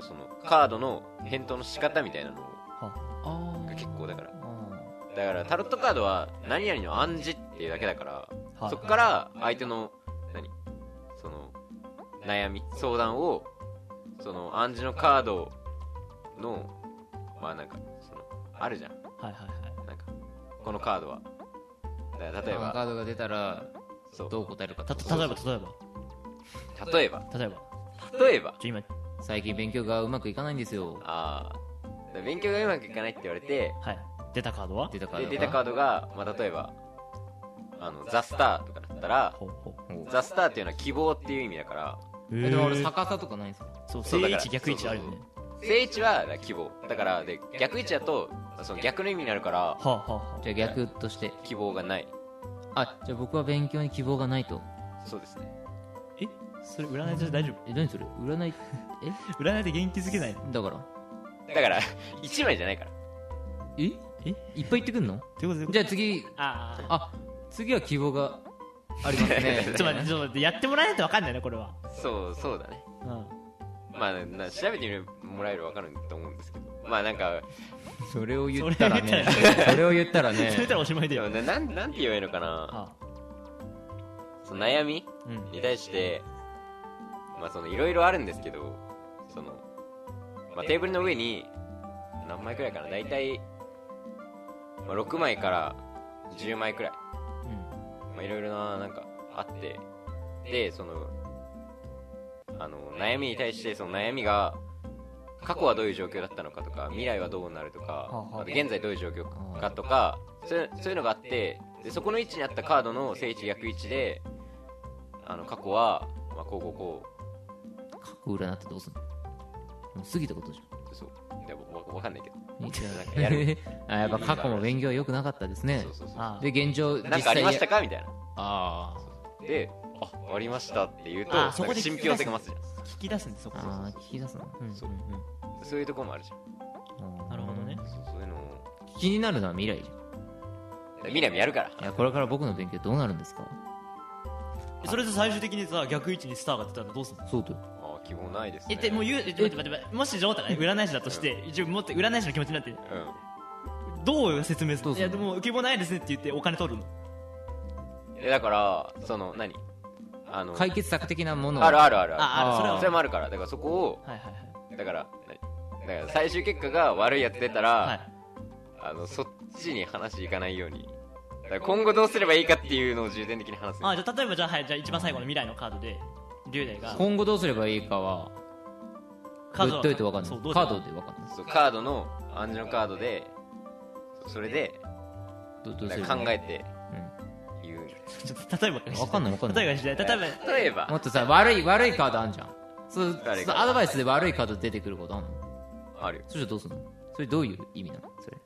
Speaker 3: そのカードの返答の仕方みたいなの
Speaker 4: あ
Speaker 3: が結構だから
Speaker 4: あ
Speaker 3: だからタロットカードは何々の暗示っていうだけだから、
Speaker 2: はい
Speaker 3: そこから相手の何その悩み相談をその暗示のカードのまあなんかそのあるじゃん
Speaker 2: はいはいはい
Speaker 3: なんかこのカードはだから例えば
Speaker 4: カードが出たら
Speaker 3: そう
Speaker 4: どう答えるか
Speaker 2: た例えば例え
Speaker 3: 例えば
Speaker 2: ば例えば
Speaker 3: 例えば
Speaker 2: ちょ今
Speaker 4: 最近勉強がうまくいかないんですよ
Speaker 3: ああ勉強がうまくいかないって言われて
Speaker 2: はい出たカードは
Speaker 4: 出たカード
Speaker 3: で
Speaker 4: が
Speaker 3: 出たカードが、まあ、例えばあのザ・スターとかだったら
Speaker 2: ほうほう
Speaker 3: ザ・スターっていうのは希望っていう意味だから
Speaker 4: えでも俺
Speaker 2: へー
Speaker 4: 逆さとかないんですか
Speaker 2: そう
Speaker 3: そ
Speaker 2: 正
Speaker 3: うだ
Speaker 2: 位
Speaker 3: から
Speaker 2: 置逆位置あるよね
Speaker 3: 正位置はだから希望だからで逆位置だとその逆の意味になるから
Speaker 2: はあはあは
Speaker 4: じゃあ逆として
Speaker 3: 希望がない
Speaker 4: あじゃあ僕は勉強に希望がないと
Speaker 3: そうですね
Speaker 2: あえそれ占いじゃ大丈
Speaker 4: え何それ占いえ
Speaker 2: 夫占いで元気づけない
Speaker 4: だから
Speaker 3: だから1枚じゃないから
Speaker 4: えい
Speaker 2: え
Speaker 4: っぱい言ってくんの
Speaker 2: ということで
Speaker 4: じゃあ次
Speaker 2: ああ
Speaker 4: あ次は希望がありますね
Speaker 2: ちょっと待ってちょっと待ってやってもらえないと分かんないなこれは
Speaker 3: そうそうだね
Speaker 2: うん
Speaker 3: まあな調べてみればもらえるば分かると思うんですけどまあなんか
Speaker 4: それを言ったらねそれを言ったらね
Speaker 2: それたらおしまいだ
Speaker 3: でも
Speaker 2: よ
Speaker 3: ななんなんて言えばいいのかな
Speaker 2: あ
Speaker 3: その悩み
Speaker 2: うん
Speaker 3: に対してまあそのいろいろあるんですけどその、まあ、テーブルの上に何枚くらいかな大体、まあ、6枚から10枚くらいまあ、いろいろな、なんか、あって、で、その、あの、悩みに対して、その悩みが、過去はどういう状況だったのかとか、未来はどうなるとか、
Speaker 2: あはあ
Speaker 3: あと現在どういう状況かとか、そういうそういうのがあって、でそこの位置にあったカードの正位置逆位置で、あの、過去は、まあ、こうこうこ
Speaker 4: 過去占ってどうすんのもう過ぎたことじ
Speaker 3: う、そう、いや、わわかんないけど、
Speaker 4: ゃん
Speaker 3: なん か やる
Speaker 4: あやっぱ過去も勉強は良くなかったですね
Speaker 3: そうそうそう。
Speaker 2: あ
Speaker 4: で現状実
Speaker 3: なんかありました
Speaker 4: か
Speaker 3: かみたいな。
Speaker 4: あ
Speaker 3: で、あ、ありましたって言うと、
Speaker 2: あ
Speaker 3: なん
Speaker 2: そこ
Speaker 3: か
Speaker 2: で
Speaker 3: 信憑性が増すじゃん。
Speaker 2: 聞き出すんですそ
Speaker 4: ー
Speaker 2: こそこ
Speaker 4: あー聞き出すな
Speaker 2: うん
Speaker 3: そう
Speaker 2: うんうん
Speaker 3: そういうところもあるじゃん。
Speaker 2: なるほどね
Speaker 3: そうそういうのを
Speaker 4: 気になるのは未来じ
Speaker 3: ミラミやるから
Speaker 4: ゃんいやこれから僕の勉強どうなるんですか
Speaker 2: それで最終的にさ逆位置にスターが出たらどうするの
Speaker 4: そうだよ
Speaker 3: ああ希望ないです
Speaker 2: え
Speaker 3: ね
Speaker 2: ってもう言うえ待って待って待ってもしジョータがね占い師だとして一応もって占い師の気持ちになって
Speaker 3: うん
Speaker 2: どう説明す
Speaker 4: どうす
Speaker 2: るのい
Speaker 4: る
Speaker 2: や
Speaker 4: の
Speaker 2: でも希望ないですねって言ってお金取るの
Speaker 3: えだからその何あの
Speaker 4: 解決策的なものを
Speaker 3: あるあるある
Speaker 2: ああ
Speaker 4: あ
Speaker 2: それは
Speaker 3: それもあるからだからそこ
Speaker 2: はいはいはい
Speaker 3: をだから何だから最終結果が悪いやつ出たら、
Speaker 2: はい
Speaker 3: あのそっちに話いかないようにだから今後どうすればいいかっていうのを重点的に話す
Speaker 2: あじゃあ例えばじゃあはいじゃあ一番最後の未来のカードで龍大が
Speaker 4: 今後どうすればいいかは
Speaker 2: カー
Speaker 4: ど
Speaker 2: ド
Speaker 4: うやってわかんない
Speaker 2: そうどうし
Speaker 4: カ
Speaker 2: よう
Speaker 4: ードでわかんない
Speaker 3: そうカードの暗示のカードでそれで
Speaker 4: どどうすれば
Speaker 3: なんか
Speaker 4: いい
Speaker 3: 考えて
Speaker 4: うん
Speaker 3: 言う
Speaker 2: ちょっと例えば
Speaker 4: わかんないわかんない
Speaker 2: 例えば次第例えば
Speaker 3: 例えば
Speaker 4: もっとさ悪い悪いカードあんじゃんそう
Speaker 3: 誰
Speaker 4: そ
Speaker 3: が
Speaker 4: うアドバイスで悪いカード出てくることあんの
Speaker 3: あるよ
Speaker 4: それじゃどうすんのそれどういう意味なのそれ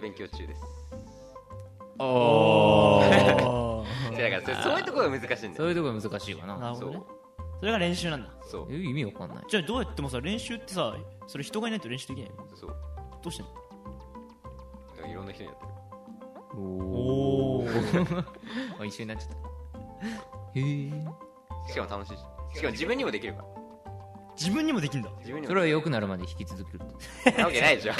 Speaker 3: 勉強中です
Speaker 2: お
Speaker 3: いやだからそそういうところが難しいん だ
Speaker 4: そう
Speaker 3: よ
Speaker 4: いうとこが難しいわ
Speaker 2: な
Speaker 4: な
Speaker 2: るほどね
Speaker 3: そ
Speaker 2: それが練習なんだ
Speaker 3: そう
Speaker 4: え意味わかんない
Speaker 2: じゃあどうやってもさ練習ってさそれ人がいないと練習できないの
Speaker 3: そう
Speaker 2: どうしてんの
Speaker 3: だからいろんな人にやってる
Speaker 4: お
Speaker 2: お
Speaker 4: あ一緒になっちゃったへえ
Speaker 3: しかも楽しいししかも自分にもできるから
Speaker 2: 自分にもできんだ
Speaker 3: 自分に
Speaker 4: そ
Speaker 3: も
Speaker 4: れは良くなるまで引き続けるって
Speaker 3: なわけ ないでしょ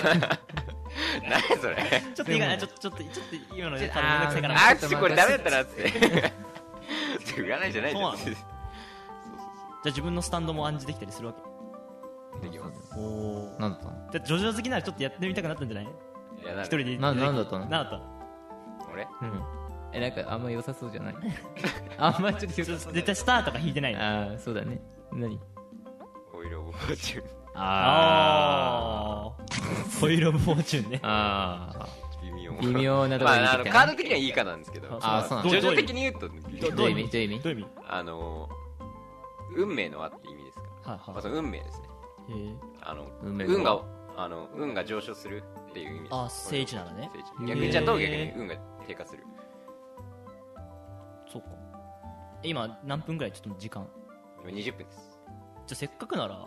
Speaker 3: 何それ
Speaker 2: ちょっといいかなちょっとちょっとちょっと今ので多分めんどくさいから
Speaker 3: あっちこれダメだったなっつってって占いじゃないじゃ
Speaker 2: そ
Speaker 3: ん
Speaker 2: う
Speaker 3: そうそ
Speaker 2: じ
Speaker 3: う
Speaker 2: ゃあ自分のスタンドも暗示できたりするわけ
Speaker 3: そうできます
Speaker 2: おお
Speaker 4: なんだったの
Speaker 2: ジョジョ好きならちょっとやってみたくなったんじゃない
Speaker 3: いやな
Speaker 2: 一人で
Speaker 4: ななんだったの
Speaker 2: なだっ
Speaker 3: 俺
Speaker 4: うんえなんかあんま良さそうじゃないあんまちょっと良
Speaker 2: た
Speaker 4: さ
Speaker 2: の
Speaker 4: そう
Speaker 2: 絶対スターとか弾いてないの
Speaker 4: ああそうだね何
Speaker 3: オイルオブフォーチュン
Speaker 4: あ
Speaker 2: ああホイール・オブ・フォーチュンね
Speaker 4: ああ
Speaker 3: 微妙
Speaker 4: 微妙なとこ
Speaker 3: ま
Speaker 4: ろに
Speaker 3: ああ
Speaker 4: 出
Speaker 3: の
Speaker 4: てき
Speaker 3: カ
Speaker 4: た
Speaker 3: ー
Speaker 4: ね
Speaker 3: ド的にはいいかなんですけど
Speaker 2: あ
Speaker 4: そうな
Speaker 2: の
Speaker 3: 徐
Speaker 2: どう
Speaker 3: 々
Speaker 2: いう
Speaker 3: 的に言うと微
Speaker 2: ど
Speaker 3: 妙
Speaker 2: う
Speaker 4: どういう意味どういう意味
Speaker 2: どういう意味
Speaker 3: あの運命の輪って意味ですから
Speaker 2: はい
Speaker 3: ま
Speaker 2: は
Speaker 3: あその運命ですね
Speaker 2: いへえ
Speaker 3: あの
Speaker 4: 運命の輪
Speaker 3: 運があの運が上昇するっていう意味です
Speaker 2: あ聖地なのね
Speaker 3: 聖地
Speaker 2: へー
Speaker 3: 逆にじゃあどう逆に運が低下する
Speaker 2: そうか今何分ぐらいちょっと時間
Speaker 3: 今20分です
Speaker 2: じゃあせっかくなら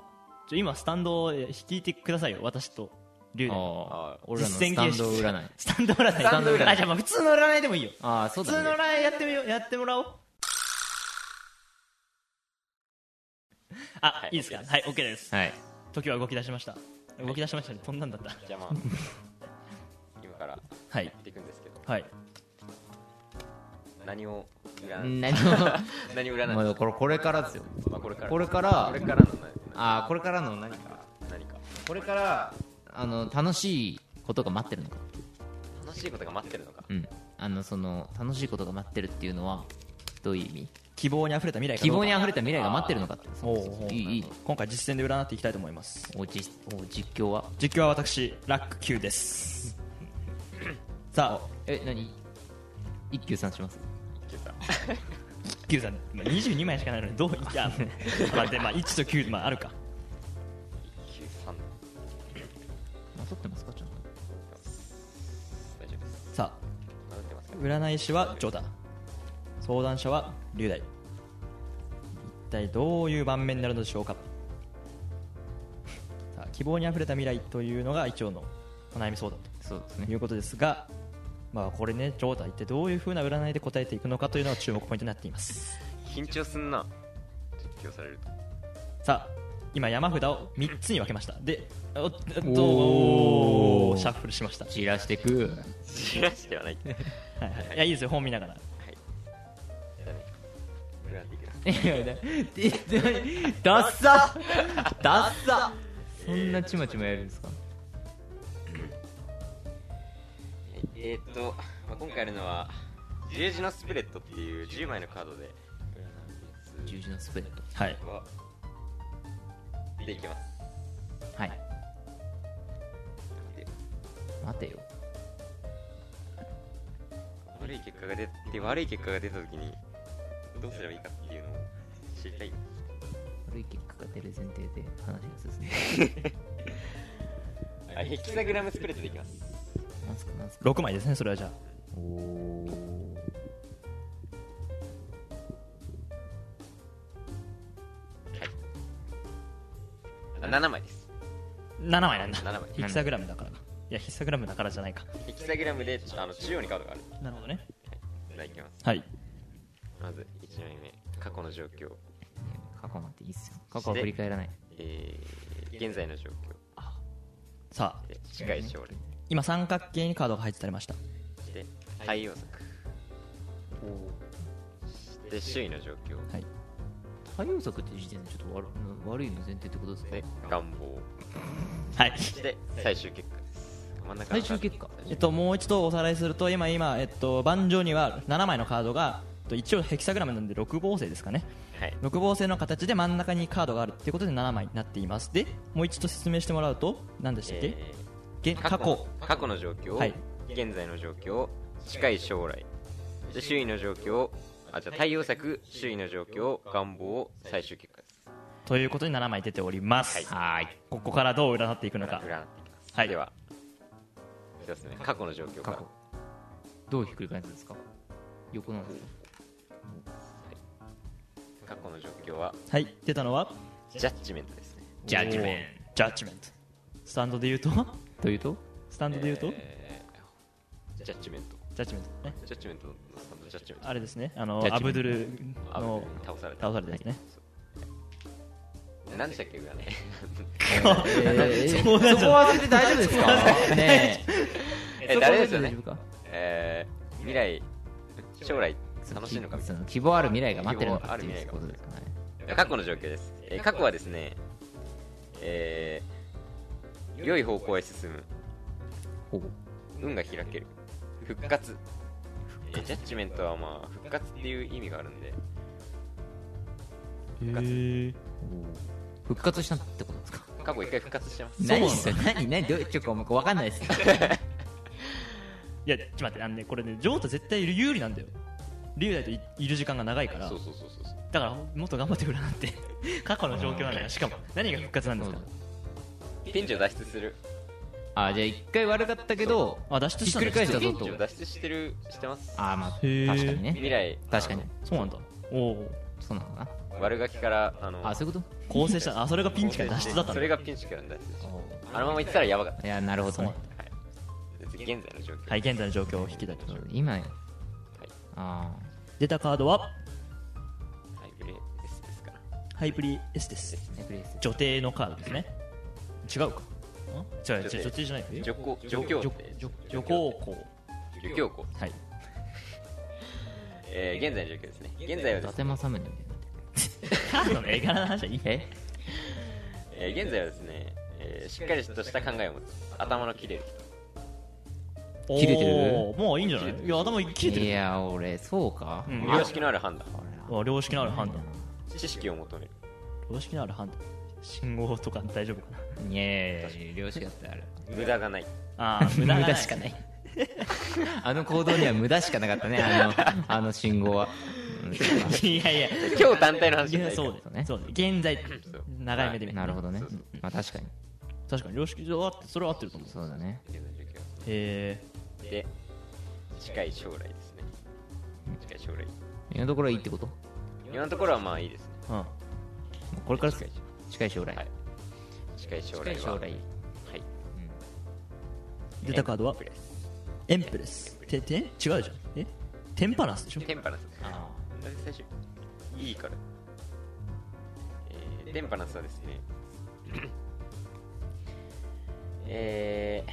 Speaker 2: じゃあ今スタンドを引いてくださいよ私と龍で
Speaker 4: ああ
Speaker 3: あ
Speaker 4: 俺らの
Speaker 2: 実
Speaker 4: ス
Speaker 2: 践
Speaker 4: タ
Speaker 2: 形
Speaker 4: ン
Speaker 2: 式
Speaker 4: ド占い
Speaker 2: スタンド占い
Speaker 4: スタンド占い
Speaker 2: あじゃあまあ普通の占いでもいいよ
Speaker 4: あ あそう
Speaker 2: 普
Speaker 4: だ
Speaker 2: 通の
Speaker 4: ね
Speaker 2: 占いやってみようやってもらおうあ、い、いですかはい OK です
Speaker 4: はい
Speaker 2: 時は動き出しました動き出しましたね飛んだんだった
Speaker 3: じ ゃあまあ今から
Speaker 2: はい
Speaker 3: やっていくんですけど
Speaker 2: はい
Speaker 3: 何を占う
Speaker 4: 何も
Speaker 3: 何を占う
Speaker 4: まあ これこれからですよ
Speaker 3: まあこれから
Speaker 4: これから
Speaker 3: これからの何
Speaker 4: ああこれからの何か
Speaker 3: 何か
Speaker 4: これからあの楽しいことが待ってるのか
Speaker 3: 楽しいことが待ってるのか
Speaker 4: うんあのその楽しいことが待ってるっていうのはどういう意味
Speaker 2: 希望にあふれた未来か
Speaker 4: 希
Speaker 2: どうか
Speaker 4: 望にあふれた未来が待ってるのかって
Speaker 2: おうおう
Speaker 4: いいいい
Speaker 2: 今回実践で占っていきたいと思います
Speaker 4: おじお実況は
Speaker 2: 実況は私ラック Q です さあ
Speaker 4: え何一休さんします
Speaker 3: 今朝
Speaker 2: Q さんまあ22枚しかないのにどういやまあでまあ1と9まああるか
Speaker 3: 3
Speaker 4: あ撮ってますかちゃんと
Speaker 3: 大丈夫です
Speaker 2: さ
Speaker 3: 名乗ってます
Speaker 2: あ占い師はジョダ相談者は龍大一体どういう盤面になるのでしょうか さあ希望にあふれた未来というのが一応のお悩み相談
Speaker 4: そうです
Speaker 2: と
Speaker 4: ね
Speaker 2: いうことですがまあこれねジョーダ一体どういうふうな占いで答えていくのかというのが注目ポイントになっています
Speaker 3: 緊張すんな実況されると
Speaker 2: さあ今山札を3つに分けましたでおっと
Speaker 4: おー
Speaker 2: おーシャッフルしました
Speaker 4: 散らしてく
Speaker 3: 知らしてはない はい
Speaker 2: はいはい、いやいいですよ本見ながら
Speaker 3: 占っていきま
Speaker 4: い
Speaker 3: す
Speaker 4: やだダッサダッサそんなちまちまやるんですか
Speaker 3: えーっと、まあ、今回やるのは十字のスプレッドっていう10枚のカードで占う
Speaker 4: 十字のスプレッド
Speaker 2: はい
Speaker 3: やつはでいきます
Speaker 4: はい
Speaker 3: で
Speaker 4: 待てよ
Speaker 3: 悪い結果が出て悪い結果が出た時にどうすればいいかっていうのを知りたい
Speaker 4: 悪い結果が出る前提で話が進んで
Speaker 3: あヘキサグラムスプレッドでいきます
Speaker 4: なんすかなんすか
Speaker 2: 6枚ですねそれはじゃあ
Speaker 4: おお
Speaker 3: あ7枚です
Speaker 2: 7枚なんだ
Speaker 3: 7枚
Speaker 2: ヒキサグラムだからかいやヒキサグラムだからじゃないか
Speaker 3: ヘキサグラムであの中央にカードがある
Speaker 2: なるほどね
Speaker 3: じゃあいきます
Speaker 2: はい
Speaker 3: まず1枚目過去の状況
Speaker 4: 過去なんていいっすよ過去は振り返らない
Speaker 3: えー、現在の状況
Speaker 2: さあ
Speaker 3: で近い将来
Speaker 2: 今三角形にカードが配置されました
Speaker 3: で太陽族で周囲の状況
Speaker 2: はい
Speaker 4: 太陽族っていう時点でちょっと悪悪いの前提ってことです
Speaker 3: で
Speaker 4: ね
Speaker 3: 願望
Speaker 2: はい
Speaker 3: で最終結果です真ん中の
Speaker 4: 最終結果
Speaker 2: えっともう一度おさらいすると今今えっと盤上には7枚のカードがえっと一応ヘキサグラムなんで6房星ですかね
Speaker 3: はい
Speaker 2: 6房星の形で真ん中にカードがあるってことで7枚になっていますでもう一度説明してもらうと何でしたっけ、
Speaker 3: え
Speaker 2: げ
Speaker 3: ー
Speaker 2: 過去
Speaker 3: 過去の状況、
Speaker 2: はい
Speaker 3: 現在の状況近い将来で周囲の状況あじゃあ対応策周囲の状況願望最終結果です
Speaker 2: ということに7枚出ております、
Speaker 4: はい
Speaker 2: ここからどう占っていくのか
Speaker 3: 占っていきます、
Speaker 2: はい
Speaker 3: では一つ目過去の状況
Speaker 4: 過
Speaker 3: から
Speaker 4: 去どうひっくり返すんですか横なんですか
Speaker 3: 過去の状況は
Speaker 2: はい出たのは
Speaker 3: ジャッジメントですね
Speaker 4: ジャッジメン
Speaker 2: ジャッジメントスタンドで言うと
Speaker 4: トというと
Speaker 2: スタンドで言うと、
Speaker 3: えージャッジメント
Speaker 2: ジャッジメントね
Speaker 3: ジャッジメントのスタンドジャッジメント
Speaker 2: あれですねあの
Speaker 4: ジャッ
Speaker 2: ア
Speaker 4: ジメ
Speaker 2: ブ
Speaker 4: ント
Speaker 2: ドゥル
Speaker 3: あ
Speaker 2: の
Speaker 3: 倒された
Speaker 2: 倒されたやつね、
Speaker 3: 何でしたっけ占い
Speaker 2: そうなんじゃ
Speaker 4: そこ
Speaker 2: ない
Speaker 4: 忘れて大丈夫ですかね
Speaker 3: え誰ですよね
Speaker 4: そこ忘れて大丈夫か
Speaker 3: えー未来将来楽しいのかみた
Speaker 4: そ
Speaker 3: いな
Speaker 4: の希望ある未来が待ってるのかっていう
Speaker 3: 希望あ
Speaker 4: こと
Speaker 3: る未
Speaker 4: ですかね
Speaker 3: 過去の状況です、えー過去はですねえー良い方向へ進む
Speaker 4: ほう
Speaker 3: 運が開ける復活えージャッジメントはまあ復活っていう意味があるんで
Speaker 2: へえ
Speaker 4: 復活したってことですか
Speaker 3: 過去一回復活してます
Speaker 4: 何それ何何どうちょっともう分かんないです
Speaker 2: いやちょっと待ってあのねこれねジョータ絶対有利なんだよリュウダイといいる時間が長いから
Speaker 3: そうそうそうそうそう
Speaker 2: だからもっと頑張って占って 過去の状況なんだよしかも何が復活なんですか
Speaker 4: そう
Speaker 3: ピンチを脱出する
Speaker 4: あじゃあ一回悪かったけど
Speaker 2: あ脱出したんだ
Speaker 4: ひっくり返した
Speaker 3: ピ
Speaker 4: ぞ
Speaker 3: ンチを脱出してるしてます
Speaker 4: あまあ
Speaker 2: へー
Speaker 4: 確かにね
Speaker 3: 未来
Speaker 4: 確かに
Speaker 2: そうなんだおお
Speaker 4: そうなのか
Speaker 3: あの悪ガキからあの
Speaker 4: なあそういうこ
Speaker 2: 構成したあそれがピンチから脱出だったん
Speaker 3: そ
Speaker 2: だ
Speaker 3: れがピンチからの脱出
Speaker 4: と
Speaker 3: あのまま行ってたらやばかっ
Speaker 4: いやなるほどね
Speaker 3: た現在の状況
Speaker 2: はい現在の状況を引き出しましょう
Speaker 4: 今ああ
Speaker 2: 出たカードは
Speaker 3: はいグレーですですから
Speaker 2: ハイプリエスです
Speaker 4: ネプレイス
Speaker 2: 女帝のカードですね違うかん違う違う
Speaker 3: 女帝
Speaker 2: 女帝じゃない
Speaker 3: 女皇女教
Speaker 2: 女
Speaker 3: って
Speaker 2: 女女皇后
Speaker 3: 女教皇
Speaker 2: はい
Speaker 3: えー現在の状況ですね現在は
Speaker 4: 伊
Speaker 3: です
Speaker 4: 達政宗み
Speaker 2: カードの絵柄の話はいい
Speaker 4: たいなえ
Speaker 3: えー現在はですね、えーしっかりとした考えを持つ頭の切れる
Speaker 2: おー
Speaker 4: 切れてる
Speaker 2: もういいんじゃないいや頭切れて
Speaker 4: い
Speaker 2: る
Speaker 4: や俺そうか
Speaker 2: うん
Speaker 3: 良識のある判断
Speaker 4: これは
Speaker 2: あ良識のある判断
Speaker 3: 知識を求める
Speaker 2: 良識のある判断信号とか大丈夫かない
Speaker 4: やいや両親だったらある
Speaker 3: 無駄がない
Speaker 2: ああ
Speaker 4: 無駄しかないあの行動には無駄しかなかったねあのあの信号はうん
Speaker 2: いやいや
Speaker 3: 今日単体の話
Speaker 2: い
Speaker 3: じゃな
Speaker 2: や
Speaker 3: いから
Speaker 2: そう
Speaker 4: そう
Speaker 2: ね
Speaker 4: ね
Speaker 2: そうね現在
Speaker 3: そう
Speaker 2: 長い目で見て
Speaker 4: なるほどね
Speaker 3: そうそう
Speaker 4: まあ確かに
Speaker 2: 確かに良識上はそれは合ってると思う
Speaker 4: そうだね
Speaker 3: 現在の状
Speaker 2: へえ
Speaker 3: 況で近い将来ですね近い将来
Speaker 4: 今のところはいいってこと
Speaker 3: 今のところはまあいいですね
Speaker 2: うん
Speaker 4: これから
Speaker 3: 近い
Speaker 4: 近い将来
Speaker 3: はい近い将来
Speaker 4: 近
Speaker 3: はい
Speaker 4: 将来
Speaker 3: はい
Speaker 2: 出たカードは
Speaker 3: プレス
Speaker 2: エンプレスてて違うじゃんえテンパランスでしょ
Speaker 3: テンパランス
Speaker 4: あ
Speaker 3: 最初いいからえーテンパランスはですね え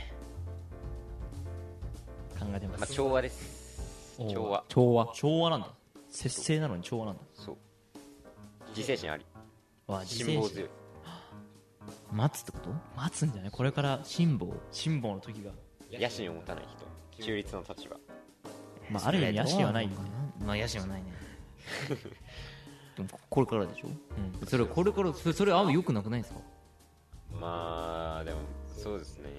Speaker 2: 考えて
Speaker 3: ー
Speaker 2: ま
Speaker 3: まあ
Speaker 2: す
Speaker 3: 調和です
Speaker 2: おー
Speaker 3: 調和
Speaker 4: 調和
Speaker 2: 調和なんだ節制なのに調和なんだ
Speaker 3: そう自制心あり
Speaker 2: わあ
Speaker 3: 辛抱強い
Speaker 4: 待つってこと
Speaker 2: 待つんじゃないこれから
Speaker 4: 辛抱
Speaker 2: 辛抱の時が
Speaker 3: 野心を持たない人中立の立場
Speaker 2: まあある意味野心はない
Speaker 4: どうのかなまあ野心はないね でもこれからでしょ、うん、それこれからそれそれあんまよくなくないですか
Speaker 3: まあでもそうですね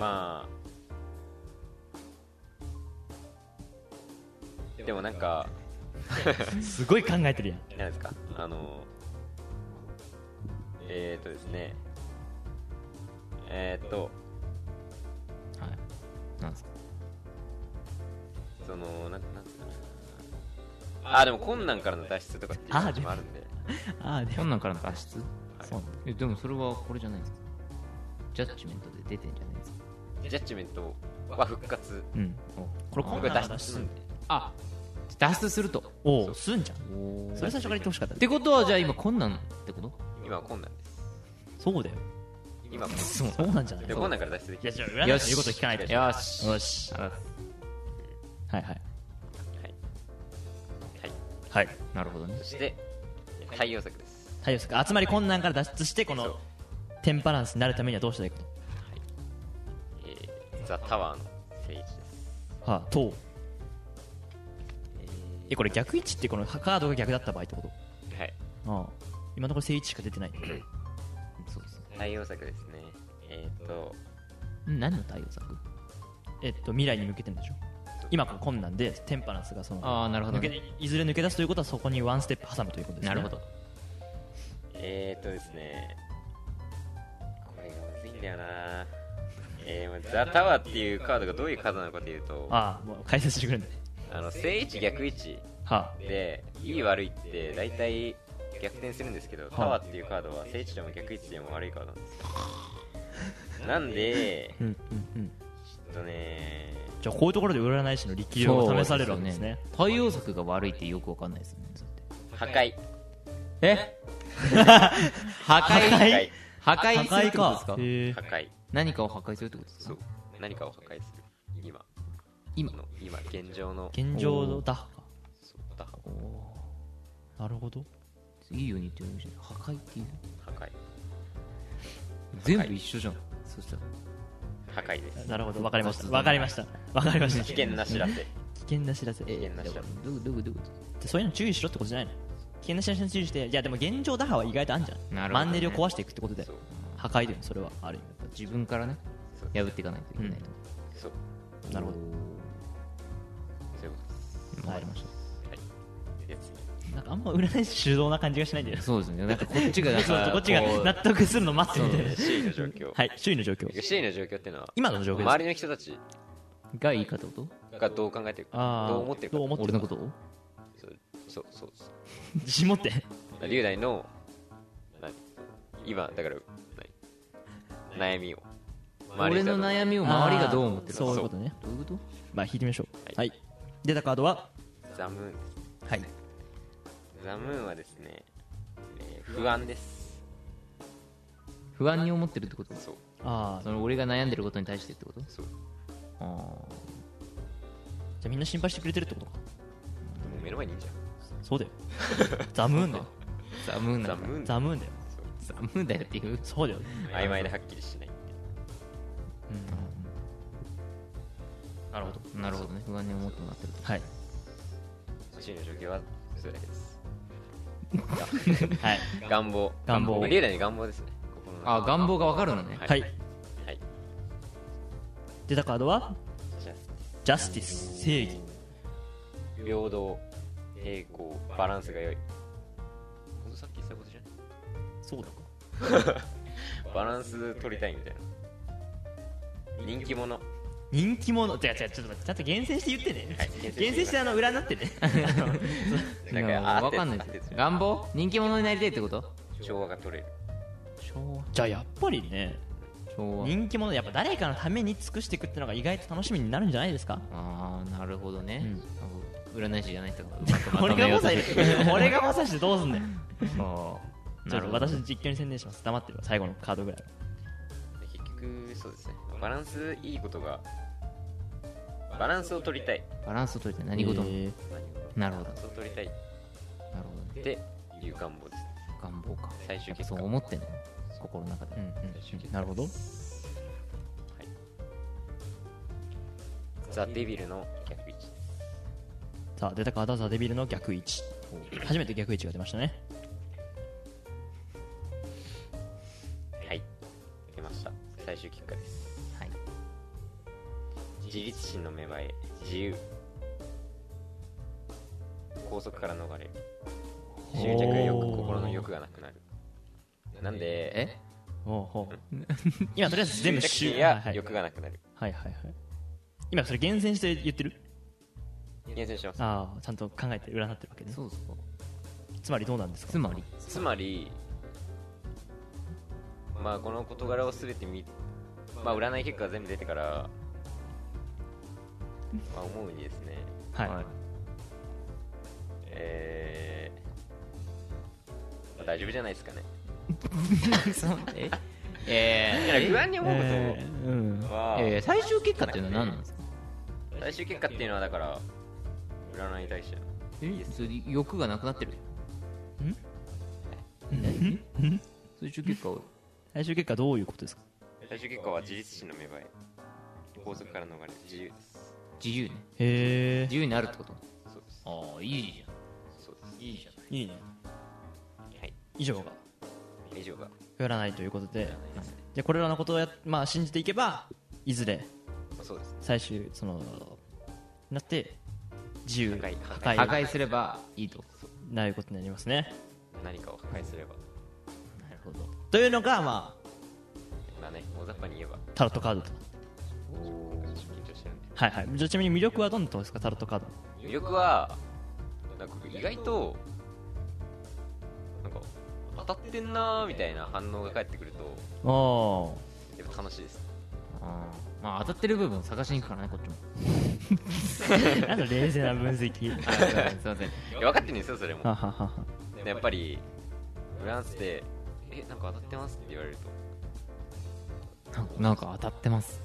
Speaker 3: まあでもなんか
Speaker 2: すごい考えてるやん
Speaker 3: なんですかあのえっ、ー、とですねえっ、ー、と
Speaker 4: はいなんですか
Speaker 3: そのなんなんていうのかなあーでも困難からの脱出とかっていう話もあるんで
Speaker 2: ああで
Speaker 4: こ
Speaker 2: も
Speaker 4: んなんからの脱出
Speaker 2: そう
Speaker 4: えでもそれはこれじゃないですかジャッジメントで出てんじゃないですか
Speaker 3: ジャッジメントは復活
Speaker 4: うん
Speaker 2: これ
Speaker 3: こ
Speaker 2: 困
Speaker 3: れ
Speaker 2: 難
Speaker 3: 脱
Speaker 2: だ
Speaker 3: 出
Speaker 2: し
Speaker 3: するんで
Speaker 4: あ脱出すると
Speaker 2: おおすんじゃ
Speaker 4: お
Speaker 2: んそれ最初から言ってほしかった
Speaker 4: ってことはじゃあ今こんなんってこと
Speaker 3: 今は困難です
Speaker 2: そうだよ
Speaker 3: 今は困難です
Speaker 4: そう
Speaker 2: そうなんじゃない
Speaker 3: でも困難から脱出でき
Speaker 2: い
Speaker 3: る
Speaker 2: やじゃあ占いの言うこと聞かないで
Speaker 4: よし
Speaker 2: よし
Speaker 4: あ
Speaker 2: はいはい
Speaker 3: はいはい
Speaker 2: はい
Speaker 4: なるほどね
Speaker 3: そして対応策です
Speaker 2: 太陽さんつまり困難から脱出してこ
Speaker 3: そ
Speaker 2: の
Speaker 3: う
Speaker 2: テンパランスになるためにはどうしたらいいか
Speaker 3: えーザ・タワーの聖地です
Speaker 2: とはあとえこれ逆位置ってこのカードが逆だった場合ってこと
Speaker 3: はい
Speaker 2: ああ今のところ正位置しか出てない
Speaker 4: そうですね
Speaker 3: 対応策ですねえっ、ー、と
Speaker 4: 何の対応策
Speaker 2: えっと未来に向けてんでしょ
Speaker 3: そう
Speaker 2: 今こうこんなんでテンパランスがその
Speaker 4: ああなるほど
Speaker 2: 抜け
Speaker 4: ね
Speaker 2: いずれ抜け出すということはそこにワンステップ挟むということです、ね、
Speaker 4: なるほど
Speaker 3: えーっとですねこれがまずいんだよなえー、ザ・タワーっていうカードがどういうカードなのかというと
Speaker 2: あ
Speaker 3: あ
Speaker 2: あもう解説してくれるんだね
Speaker 3: の正位置逆位置
Speaker 2: は
Speaker 3: でいい悪いって大体逆転するんですけど、タワーっていうカードは正位置でも逆位置でも悪いカードなんですなんで
Speaker 2: あ、うんうんうん、
Speaker 3: ちょっとね
Speaker 2: じゃあこういうところで占い師の力量が試されるわけですね
Speaker 4: そうですよね対応策が悪いってよくわかんないですねそれって
Speaker 3: 破壊
Speaker 4: え 破壊
Speaker 3: 破壊
Speaker 4: 破壊するってことですか
Speaker 2: 破壊
Speaker 3: 破
Speaker 2: か
Speaker 3: 壊
Speaker 4: 何かを破壊するってことです
Speaker 3: そ
Speaker 4: か
Speaker 3: う何かを破壊する今
Speaker 4: 今
Speaker 3: の今現状の
Speaker 2: へえ現状打破か
Speaker 3: そう打破
Speaker 2: なるほど
Speaker 4: いいように言ってみましょう破壊っていう
Speaker 3: 破壊
Speaker 4: 全部一緒じゃんそしたら
Speaker 3: 破壊です
Speaker 2: なるほどわかりましたわかりましたわか りました
Speaker 3: 危険な知らせ
Speaker 2: 危険な知らせえ
Speaker 3: 危険な知らせ
Speaker 4: どういうことどういうこと
Speaker 2: でそういうの注意しろってことじゃないの危険な知らせに注意していやでも現状打破は意外とあんじゃん、
Speaker 4: なるほどね
Speaker 2: マンネリを壊していくってことで
Speaker 3: そう
Speaker 2: 破壊だよねそれはある意
Speaker 4: 自分からね
Speaker 3: そう
Speaker 4: 破っていかないといけないと、
Speaker 3: そう
Speaker 2: 味なるほど
Speaker 3: そういうことです
Speaker 4: わかりました
Speaker 3: はいで次
Speaker 2: なんかあんま占い師主導な感じがしないんだよね
Speaker 4: そうですねなんかこっちがなん
Speaker 2: そうそ
Speaker 4: か
Speaker 2: うこっちが
Speaker 4: こう
Speaker 2: 納得するの待つみたい な
Speaker 3: C の状況
Speaker 2: はい周囲の状況
Speaker 3: C の状況っていうのは
Speaker 2: 今の状況です
Speaker 3: 周りの人たち
Speaker 4: がいいかってこと
Speaker 3: がどう考えてる
Speaker 2: あ
Speaker 3: か
Speaker 2: ー
Speaker 3: どう思ってるか
Speaker 2: どう思って
Speaker 4: 俺
Speaker 2: る
Speaker 4: の
Speaker 2: か
Speaker 4: ことを
Speaker 3: そうそうそうそ
Speaker 2: 自信持って
Speaker 3: う龍大の何今だから何悩みを周り
Speaker 4: 俺
Speaker 3: の人
Speaker 4: の
Speaker 3: はどう
Speaker 4: 悩みを周りがどう思ってるか
Speaker 2: そういうことね
Speaker 4: どういうこと
Speaker 2: まあ引いてみましょう
Speaker 3: は
Speaker 2: はいい出たカードは
Speaker 3: ザムーン
Speaker 2: はい
Speaker 3: ザムーンはですね、えー不安です
Speaker 4: 不安に思ってるってこと
Speaker 3: そう
Speaker 2: ああ
Speaker 4: その俺が悩んでることに対してってこと
Speaker 3: そう
Speaker 4: あ
Speaker 2: じゃあみんな心配してくれてるってことか
Speaker 3: もう目の前にいいじゃん
Speaker 2: そうだ よザムーンだよ
Speaker 4: ーザムーンだ
Speaker 3: ザ
Speaker 4: か
Speaker 3: ム
Speaker 4: ら
Speaker 3: ーン
Speaker 2: ザムーンだよ
Speaker 4: ザムーンだよっていう
Speaker 2: そうだよ
Speaker 3: 曖昧ではっきりしない
Speaker 2: なるほど
Speaker 4: なるほどね不安に思ってもらってると
Speaker 2: はい
Speaker 3: 欲の状況はそれだけです
Speaker 2: はい
Speaker 3: 願望
Speaker 2: 願望
Speaker 3: まあ龍大の願望ですね心の
Speaker 4: あ願望がわかるのね
Speaker 3: はい
Speaker 2: はい
Speaker 3: はい
Speaker 2: 出たカードは
Speaker 3: じゃあ
Speaker 2: ジャスティス正義
Speaker 3: 平等平行バランスが良いほんとさっき言ってたことじゃな
Speaker 2: そうだか
Speaker 3: いバランス取りたいみたいな人気者
Speaker 2: 人気者違う違うちょっと待ってちゃんと厳選して言ってね
Speaker 3: はい
Speaker 2: 厳選してあの占ってね
Speaker 3: なんか
Speaker 4: や
Speaker 3: あ
Speaker 4: わかんない
Speaker 3: あって
Speaker 4: で
Speaker 3: や
Speaker 4: す
Speaker 3: つ
Speaker 4: よ願望人気者になりたいってこと
Speaker 3: 調和が取れる
Speaker 2: じゃあやっぱりね
Speaker 4: 昭和
Speaker 2: 人気者やっぱ誰かのために尽くしていくってのが意外と楽しみになるんじゃないですか
Speaker 4: ああなるほどね
Speaker 2: うん
Speaker 4: なんか占い師じゃない人がうまくま
Speaker 2: 俺
Speaker 4: とめ
Speaker 2: が
Speaker 4: よ
Speaker 2: ま
Speaker 4: うと
Speaker 2: さ
Speaker 4: す
Speaker 2: に
Speaker 4: る
Speaker 2: 俺がまさしてどうすんだよ
Speaker 4: あー
Speaker 2: ち
Speaker 4: な
Speaker 2: ょっ
Speaker 4: る
Speaker 2: と
Speaker 4: ほど
Speaker 2: 私実況に専念します黙ってるわ最後のカードぐらい
Speaker 3: 結局そうですねバランスいいことがバランスを取りたい
Speaker 4: バランスを取れて何事も
Speaker 2: えー
Speaker 4: な
Speaker 3: 何を
Speaker 4: るほど
Speaker 3: バランスを取りたいっ
Speaker 4: なるほどね
Speaker 3: ていう願望です
Speaker 4: 願望か
Speaker 3: 最終
Speaker 4: やっぱ
Speaker 3: 結
Speaker 4: そ
Speaker 3: 果
Speaker 4: う思ってんの心の中で
Speaker 2: なるほど
Speaker 3: ザ・デビルの逆位置
Speaker 2: さあ出たカードはザ・デビルの逆位置初めて逆位置が出ましたね
Speaker 3: はい出ました最終結果です
Speaker 4: はい
Speaker 3: 自立心の芽生え自由拘束から逃れる執着や欲
Speaker 2: おー
Speaker 3: 心の欲がなくなるなんで
Speaker 4: え
Speaker 2: ほうほう今とりあえず全部
Speaker 3: 執着
Speaker 2: 集
Speaker 3: 心
Speaker 2: はい
Speaker 3: や
Speaker 2: はい
Speaker 3: 欲がなくなる
Speaker 2: はいはいはい今それ厳選して言ってる
Speaker 3: 厳選します
Speaker 2: ああちゃんと考えて占ってるわけね
Speaker 4: そうそう
Speaker 2: つまりどうなんですか
Speaker 4: つまり
Speaker 3: つまりまあこの事柄を全て見まあ占い結果が全部出てからまあ思うにですね
Speaker 2: はい、
Speaker 3: えーまあ大丈夫じゃないですかね
Speaker 4: そうええ
Speaker 3: いや不安に思う
Speaker 2: えーうん
Speaker 3: ことは、
Speaker 4: えー最終結果っていうのは何なんですか
Speaker 3: 最終結果っていうのはだから占いに対しての
Speaker 4: えそれ欲がなくなってる
Speaker 2: ん
Speaker 4: え最終結果を
Speaker 2: 最終結果どういうことですか
Speaker 3: 最終結果は自立心の芽生え拘束から逃れる自由です
Speaker 4: 自由ね
Speaker 2: へえ
Speaker 4: 自由になるってこと
Speaker 3: そうです
Speaker 4: ああいいじゃ
Speaker 3: そうで
Speaker 4: んいいじゃ
Speaker 2: いいね
Speaker 3: すはい
Speaker 2: 以上が
Speaker 3: 以上が
Speaker 2: 占いということででこれらのことをや、まあ、信じていけばいずれ
Speaker 3: そうです
Speaker 2: 最終そのなって自由
Speaker 3: 破壊
Speaker 2: 破
Speaker 3: 破
Speaker 4: 破
Speaker 2: 壊
Speaker 4: 壊すればいいと
Speaker 2: になることになりますね
Speaker 3: 何かを破壊すれば
Speaker 4: なるほど
Speaker 2: というのがまあ
Speaker 3: まあね大雑把に言えば
Speaker 2: タロットカードと
Speaker 3: 緊張してるんで
Speaker 2: はいはいじゃあちなみに魅力はどんなところですかタロットカード
Speaker 3: 魅力はなんか意外となんか当たってんなーみたいな反応が返ってくると
Speaker 2: おお
Speaker 3: やっぱ楽しいです
Speaker 4: あーまあ当たってる部分探しに行くからねこっちも
Speaker 2: なんだ冷静な分析
Speaker 4: あ すいませんすいません
Speaker 3: いや分かってるんですよそれも
Speaker 2: はははは
Speaker 3: やっぱりフランスで「えなんか当たってます?」って言われると
Speaker 4: なんかなんか当たってます、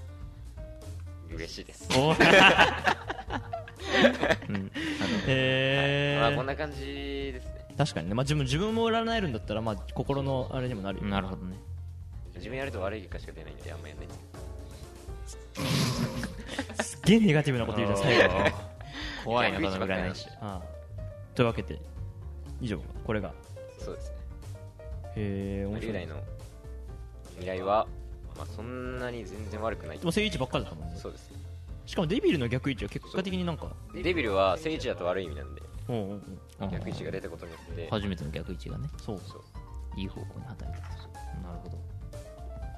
Speaker 3: 嬉しいです、
Speaker 2: お
Speaker 4: う ん、
Speaker 2: え
Speaker 3: まあ、こん
Speaker 2: ー
Speaker 3: な感じですね
Speaker 2: 確かにね、まあ、自分自分も占えるんだったら、まあ、心のあれにもなるよ、
Speaker 4: なるほどね
Speaker 3: 自分やると悪い結果しか出ないんであんまやんないんですけ
Speaker 2: すっげえネガティブなこと言うじゃん最後
Speaker 4: 怖いな
Speaker 3: 逆
Speaker 4: この
Speaker 3: 位置ばっかり
Speaker 4: 占
Speaker 3: ないんで
Speaker 4: 師
Speaker 2: ああというわけで以上これが
Speaker 3: どそうですね
Speaker 2: へえ面白
Speaker 3: 10
Speaker 2: い
Speaker 3: 代
Speaker 2: で
Speaker 3: の未来は、まあ、そんなに全然悪くない
Speaker 2: も正位置ばっかりだったもんね
Speaker 3: そうですね
Speaker 2: しかもデビルの逆位置は結果的になんか
Speaker 3: デビルは正位置だと悪い意味なんで
Speaker 2: うんうんうん
Speaker 4: あー
Speaker 3: 逆位置が出たことによって
Speaker 4: 初めての逆位置がね
Speaker 2: そう
Speaker 3: そう
Speaker 4: いい方向に働いてるなるほどありがとうございます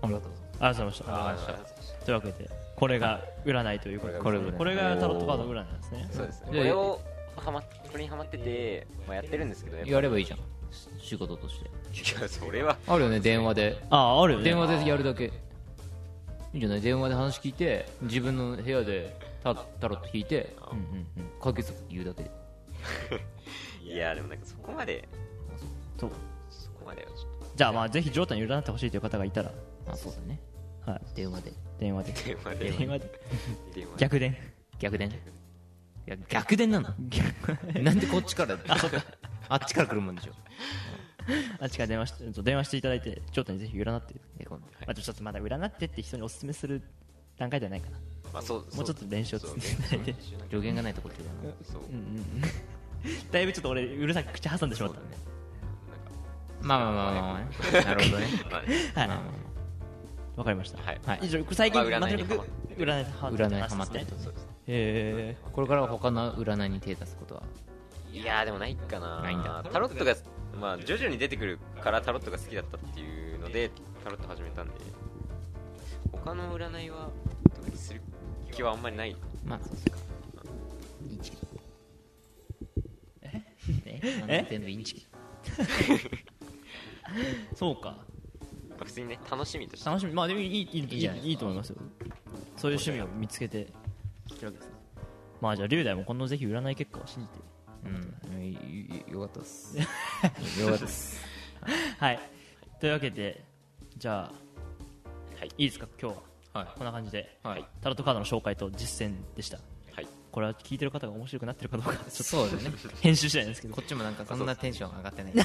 Speaker 2: ありがとうございましたというわけでこれが占いということで
Speaker 3: これ
Speaker 4: が占い
Speaker 2: これがタロットカード占いなんですね
Speaker 3: そうですねこ
Speaker 4: で
Speaker 3: れをはまこれにハマってて、まあ、やってるんですけどやっ
Speaker 4: やればいいじゃんし仕事として
Speaker 3: ぱいやそれは
Speaker 4: あるよね電話で
Speaker 2: あああるよね
Speaker 4: 電話でやるだけいいんじゃない電話で話聞いて自分の部屋でタタロット引いて
Speaker 2: うんうんうん
Speaker 4: 解決策言うだけで
Speaker 3: いやでもなんかそこまで
Speaker 2: そう
Speaker 3: そこまではちょっ
Speaker 2: じゃあまあぜひジョータに占ってほしいという方がいたら
Speaker 4: あそうだね
Speaker 2: はい
Speaker 4: 電話で
Speaker 2: 電話で
Speaker 3: と電話で
Speaker 2: 電話で
Speaker 3: 電話で
Speaker 2: 逆電
Speaker 4: 逆電いや逆電 なのなんでこっちからあっちから来るもんでしょ
Speaker 2: あっちから電話してうんと電話していただいてジョータにぜひ占って
Speaker 4: えこの
Speaker 2: まあちょっとまだ占ってって人にお勧めする段階ではないかな
Speaker 3: まあそう
Speaker 2: もうちょっと練習を
Speaker 3: そう
Speaker 2: 積んでいただいて
Speaker 4: 助言がないとこっていうのは
Speaker 3: そう
Speaker 2: うんうんうん だいぶちょっと俺うるさく口挟んでしまったね
Speaker 3: なんか
Speaker 4: まあまあまあまあまあねなるほどね
Speaker 3: まあね
Speaker 2: はい
Speaker 4: まあまあ
Speaker 2: わ、
Speaker 4: ま
Speaker 2: かりました、
Speaker 3: はい
Speaker 4: はい
Speaker 2: 以上最近、
Speaker 3: まあ
Speaker 2: まあ、
Speaker 3: 占
Speaker 2: と
Speaker 3: い
Speaker 2: に
Speaker 3: に
Speaker 2: かく
Speaker 3: ハマっ
Speaker 2: 占いハマ
Speaker 4: あ
Speaker 2: って
Speaker 4: 占いハマって
Speaker 2: へ
Speaker 4: ると
Speaker 3: そうですね
Speaker 2: え
Speaker 4: これからは他の占いに手出すことはい
Speaker 3: やでもないかな
Speaker 4: ないんだ
Speaker 3: タロットがまあ徐々に出てくるからタロットが好きだったっていうのでタロット始めたんで他の占いは特にする気はあんまりない
Speaker 4: まあそうっすかインチキえ
Speaker 2: え
Speaker 4: 全部インチキ
Speaker 2: そうか
Speaker 3: まあ普通にね楽しみとして
Speaker 2: 楽しみまあでもいいいいいい
Speaker 4: いじゃないですか
Speaker 2: いいと思いますよそういう趣味を見つけてまあじゃあ龍大もこのぜひ占い結果を信じて
Speaker 4: うんいいいよかったっ すよかったっす
Speaker 2: はいというわけでじゃあ、
Speaker 3: はい、
Speaker 2: いですか今日は
Speaker 4: は
Speaker 2: こんな感じで、
Speaker 4: いはい
Speaker 2: タロットカードの紹介と実践でした
Speaker 3: はい
Speaker 2: これは聞いてる方が面白くなってるかどうかちょっと
Speaker 4: そうだね
Speaker 2: 編集次第ですけど
Speaker 4: こっちもなんかそんなテンション上がってない
Speaker 3: や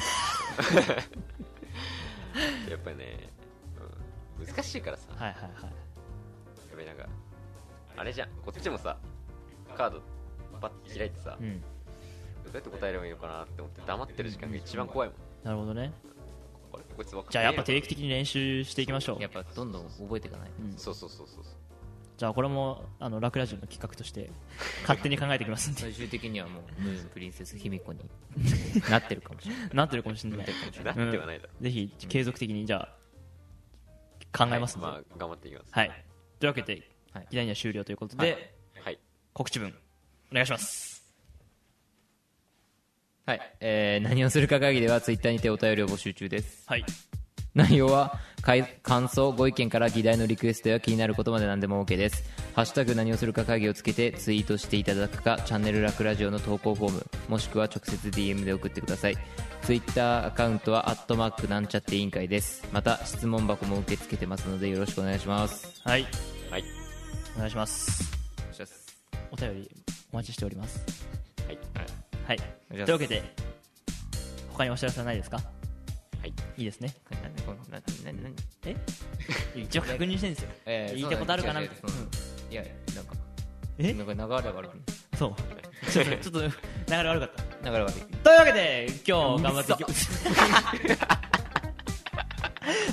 Speaker 3: っぱりね、うん、難しいからさや
Speaker 2: はいはいはい
Speaker 3: っぱりなんかあれじゃんこっちもさカードパッて開いてさ、
Speaker 2: うん
Speaker 3: どうやって答えればいいのかなって思って黙ってる時間が一番怖いもん
Speaker 2: なるほどね
Speaker 3: これこいつ分か
Speaker 2: じゃあやっぱ
Speaker 3: ねえ
Speaker 2: 定
Speaker 3: の
Speaker 2: 期的に練習していきましょう
Speaker 4: やっぱどんどん覚えていかない
Speaker 2: うん
Speaker 3: そうそうそうそうそ
Speaker 2: じゃあこれもあのラクラジオの企画として勝手に考えてきますんで
Speaker 4: 最終的にはもうムーンプリンセス卑弥呼になってるかもしれない
Speaker 2: なってるかもしれない、
Speaker 3: うなってはないだろ、
Speaker 2: ぜひ継続的にじゃあ考えますので、は
Speaker 3: ま
Speaker 2: い
Speaker 3: あ頑張っていきます
Speaker 2: というわけで
Speaker 4: はい
Speaker 2: 議題には終了ということで、
Speaker 3: はい
Speaker 2: 告知文お願いします
Speaker 4: はい、えー、何をするか会議ではツイッターにてお便りを募集中です
Speaker 2: はい
Speaker 4: 内容はかい感想ご意見から議題のリクエストや気になることまで何でも OK です「ハッシュタグ何をするか会議」をつけてツイートしていただくかチャンネルラクラジオの投稿フォームもしくは直接 DM で送ってくださいツイッターアカウントは「アットマークなんちゃって委員会」ですまた質問箱も受け付けてますのでよろしくお願いします
Speaker 2: はい
Speaker 3: はい
Speaker 2: お願いします
Speaker 4: お願いします
Speaker 2: お便りお待ちしております
Speaker 3: はい
Speaker 2: はい
Speaker 4: お願いし
Speaker 2: とい
Speaker 4: ます
Speaker 2: うわけで他にお知らせはないですか
Speaker 3: はい
Speaker 2: いいですね
Speaker 4: 何何
Speaker 2: え一応確認してるんですよ、
Speaker 4: えー
Speaker 2: 言いたいことあるか
Speaker 4: そ
Speaker 2: なみ
Speaker 4: う
Speaker 2: たい
Speaker 4: だね違う違うそういやなんかな
Speaker 2: な、え
Speaker 4: んか流れ悪く
Speaker 2: そうち ょっとちょっと流れ悪かった
Speaker 4: 流れ悪い
Speaker 2: というわけで今日頑張っていきます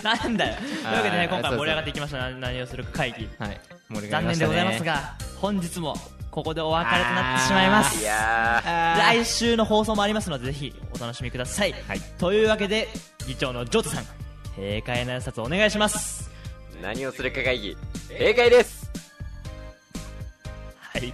Speaker 2: なんだよというわけでね
Speaker 4: あー
Speaker 2: 今回
Speaker 4: そうそう
Speaker 2: 盛り上がっていきましたな何をするか会議
Speaker 4: はい盛り上がりま
Speaker 2: 残念
Speaker 4: し
Speaker 2: で
Speaker 4: たね
Speaker 2: ございますが本日もここでお別れとなってしまいます
Speaker 3: いや
Speaker 2: 来週の放送もありますのでぜひお楽しみください、というわけで議長のジョータさん閉会の挨拶お願いします
Speaker 3: ー何をするか会議正解です
Speaker 2: はい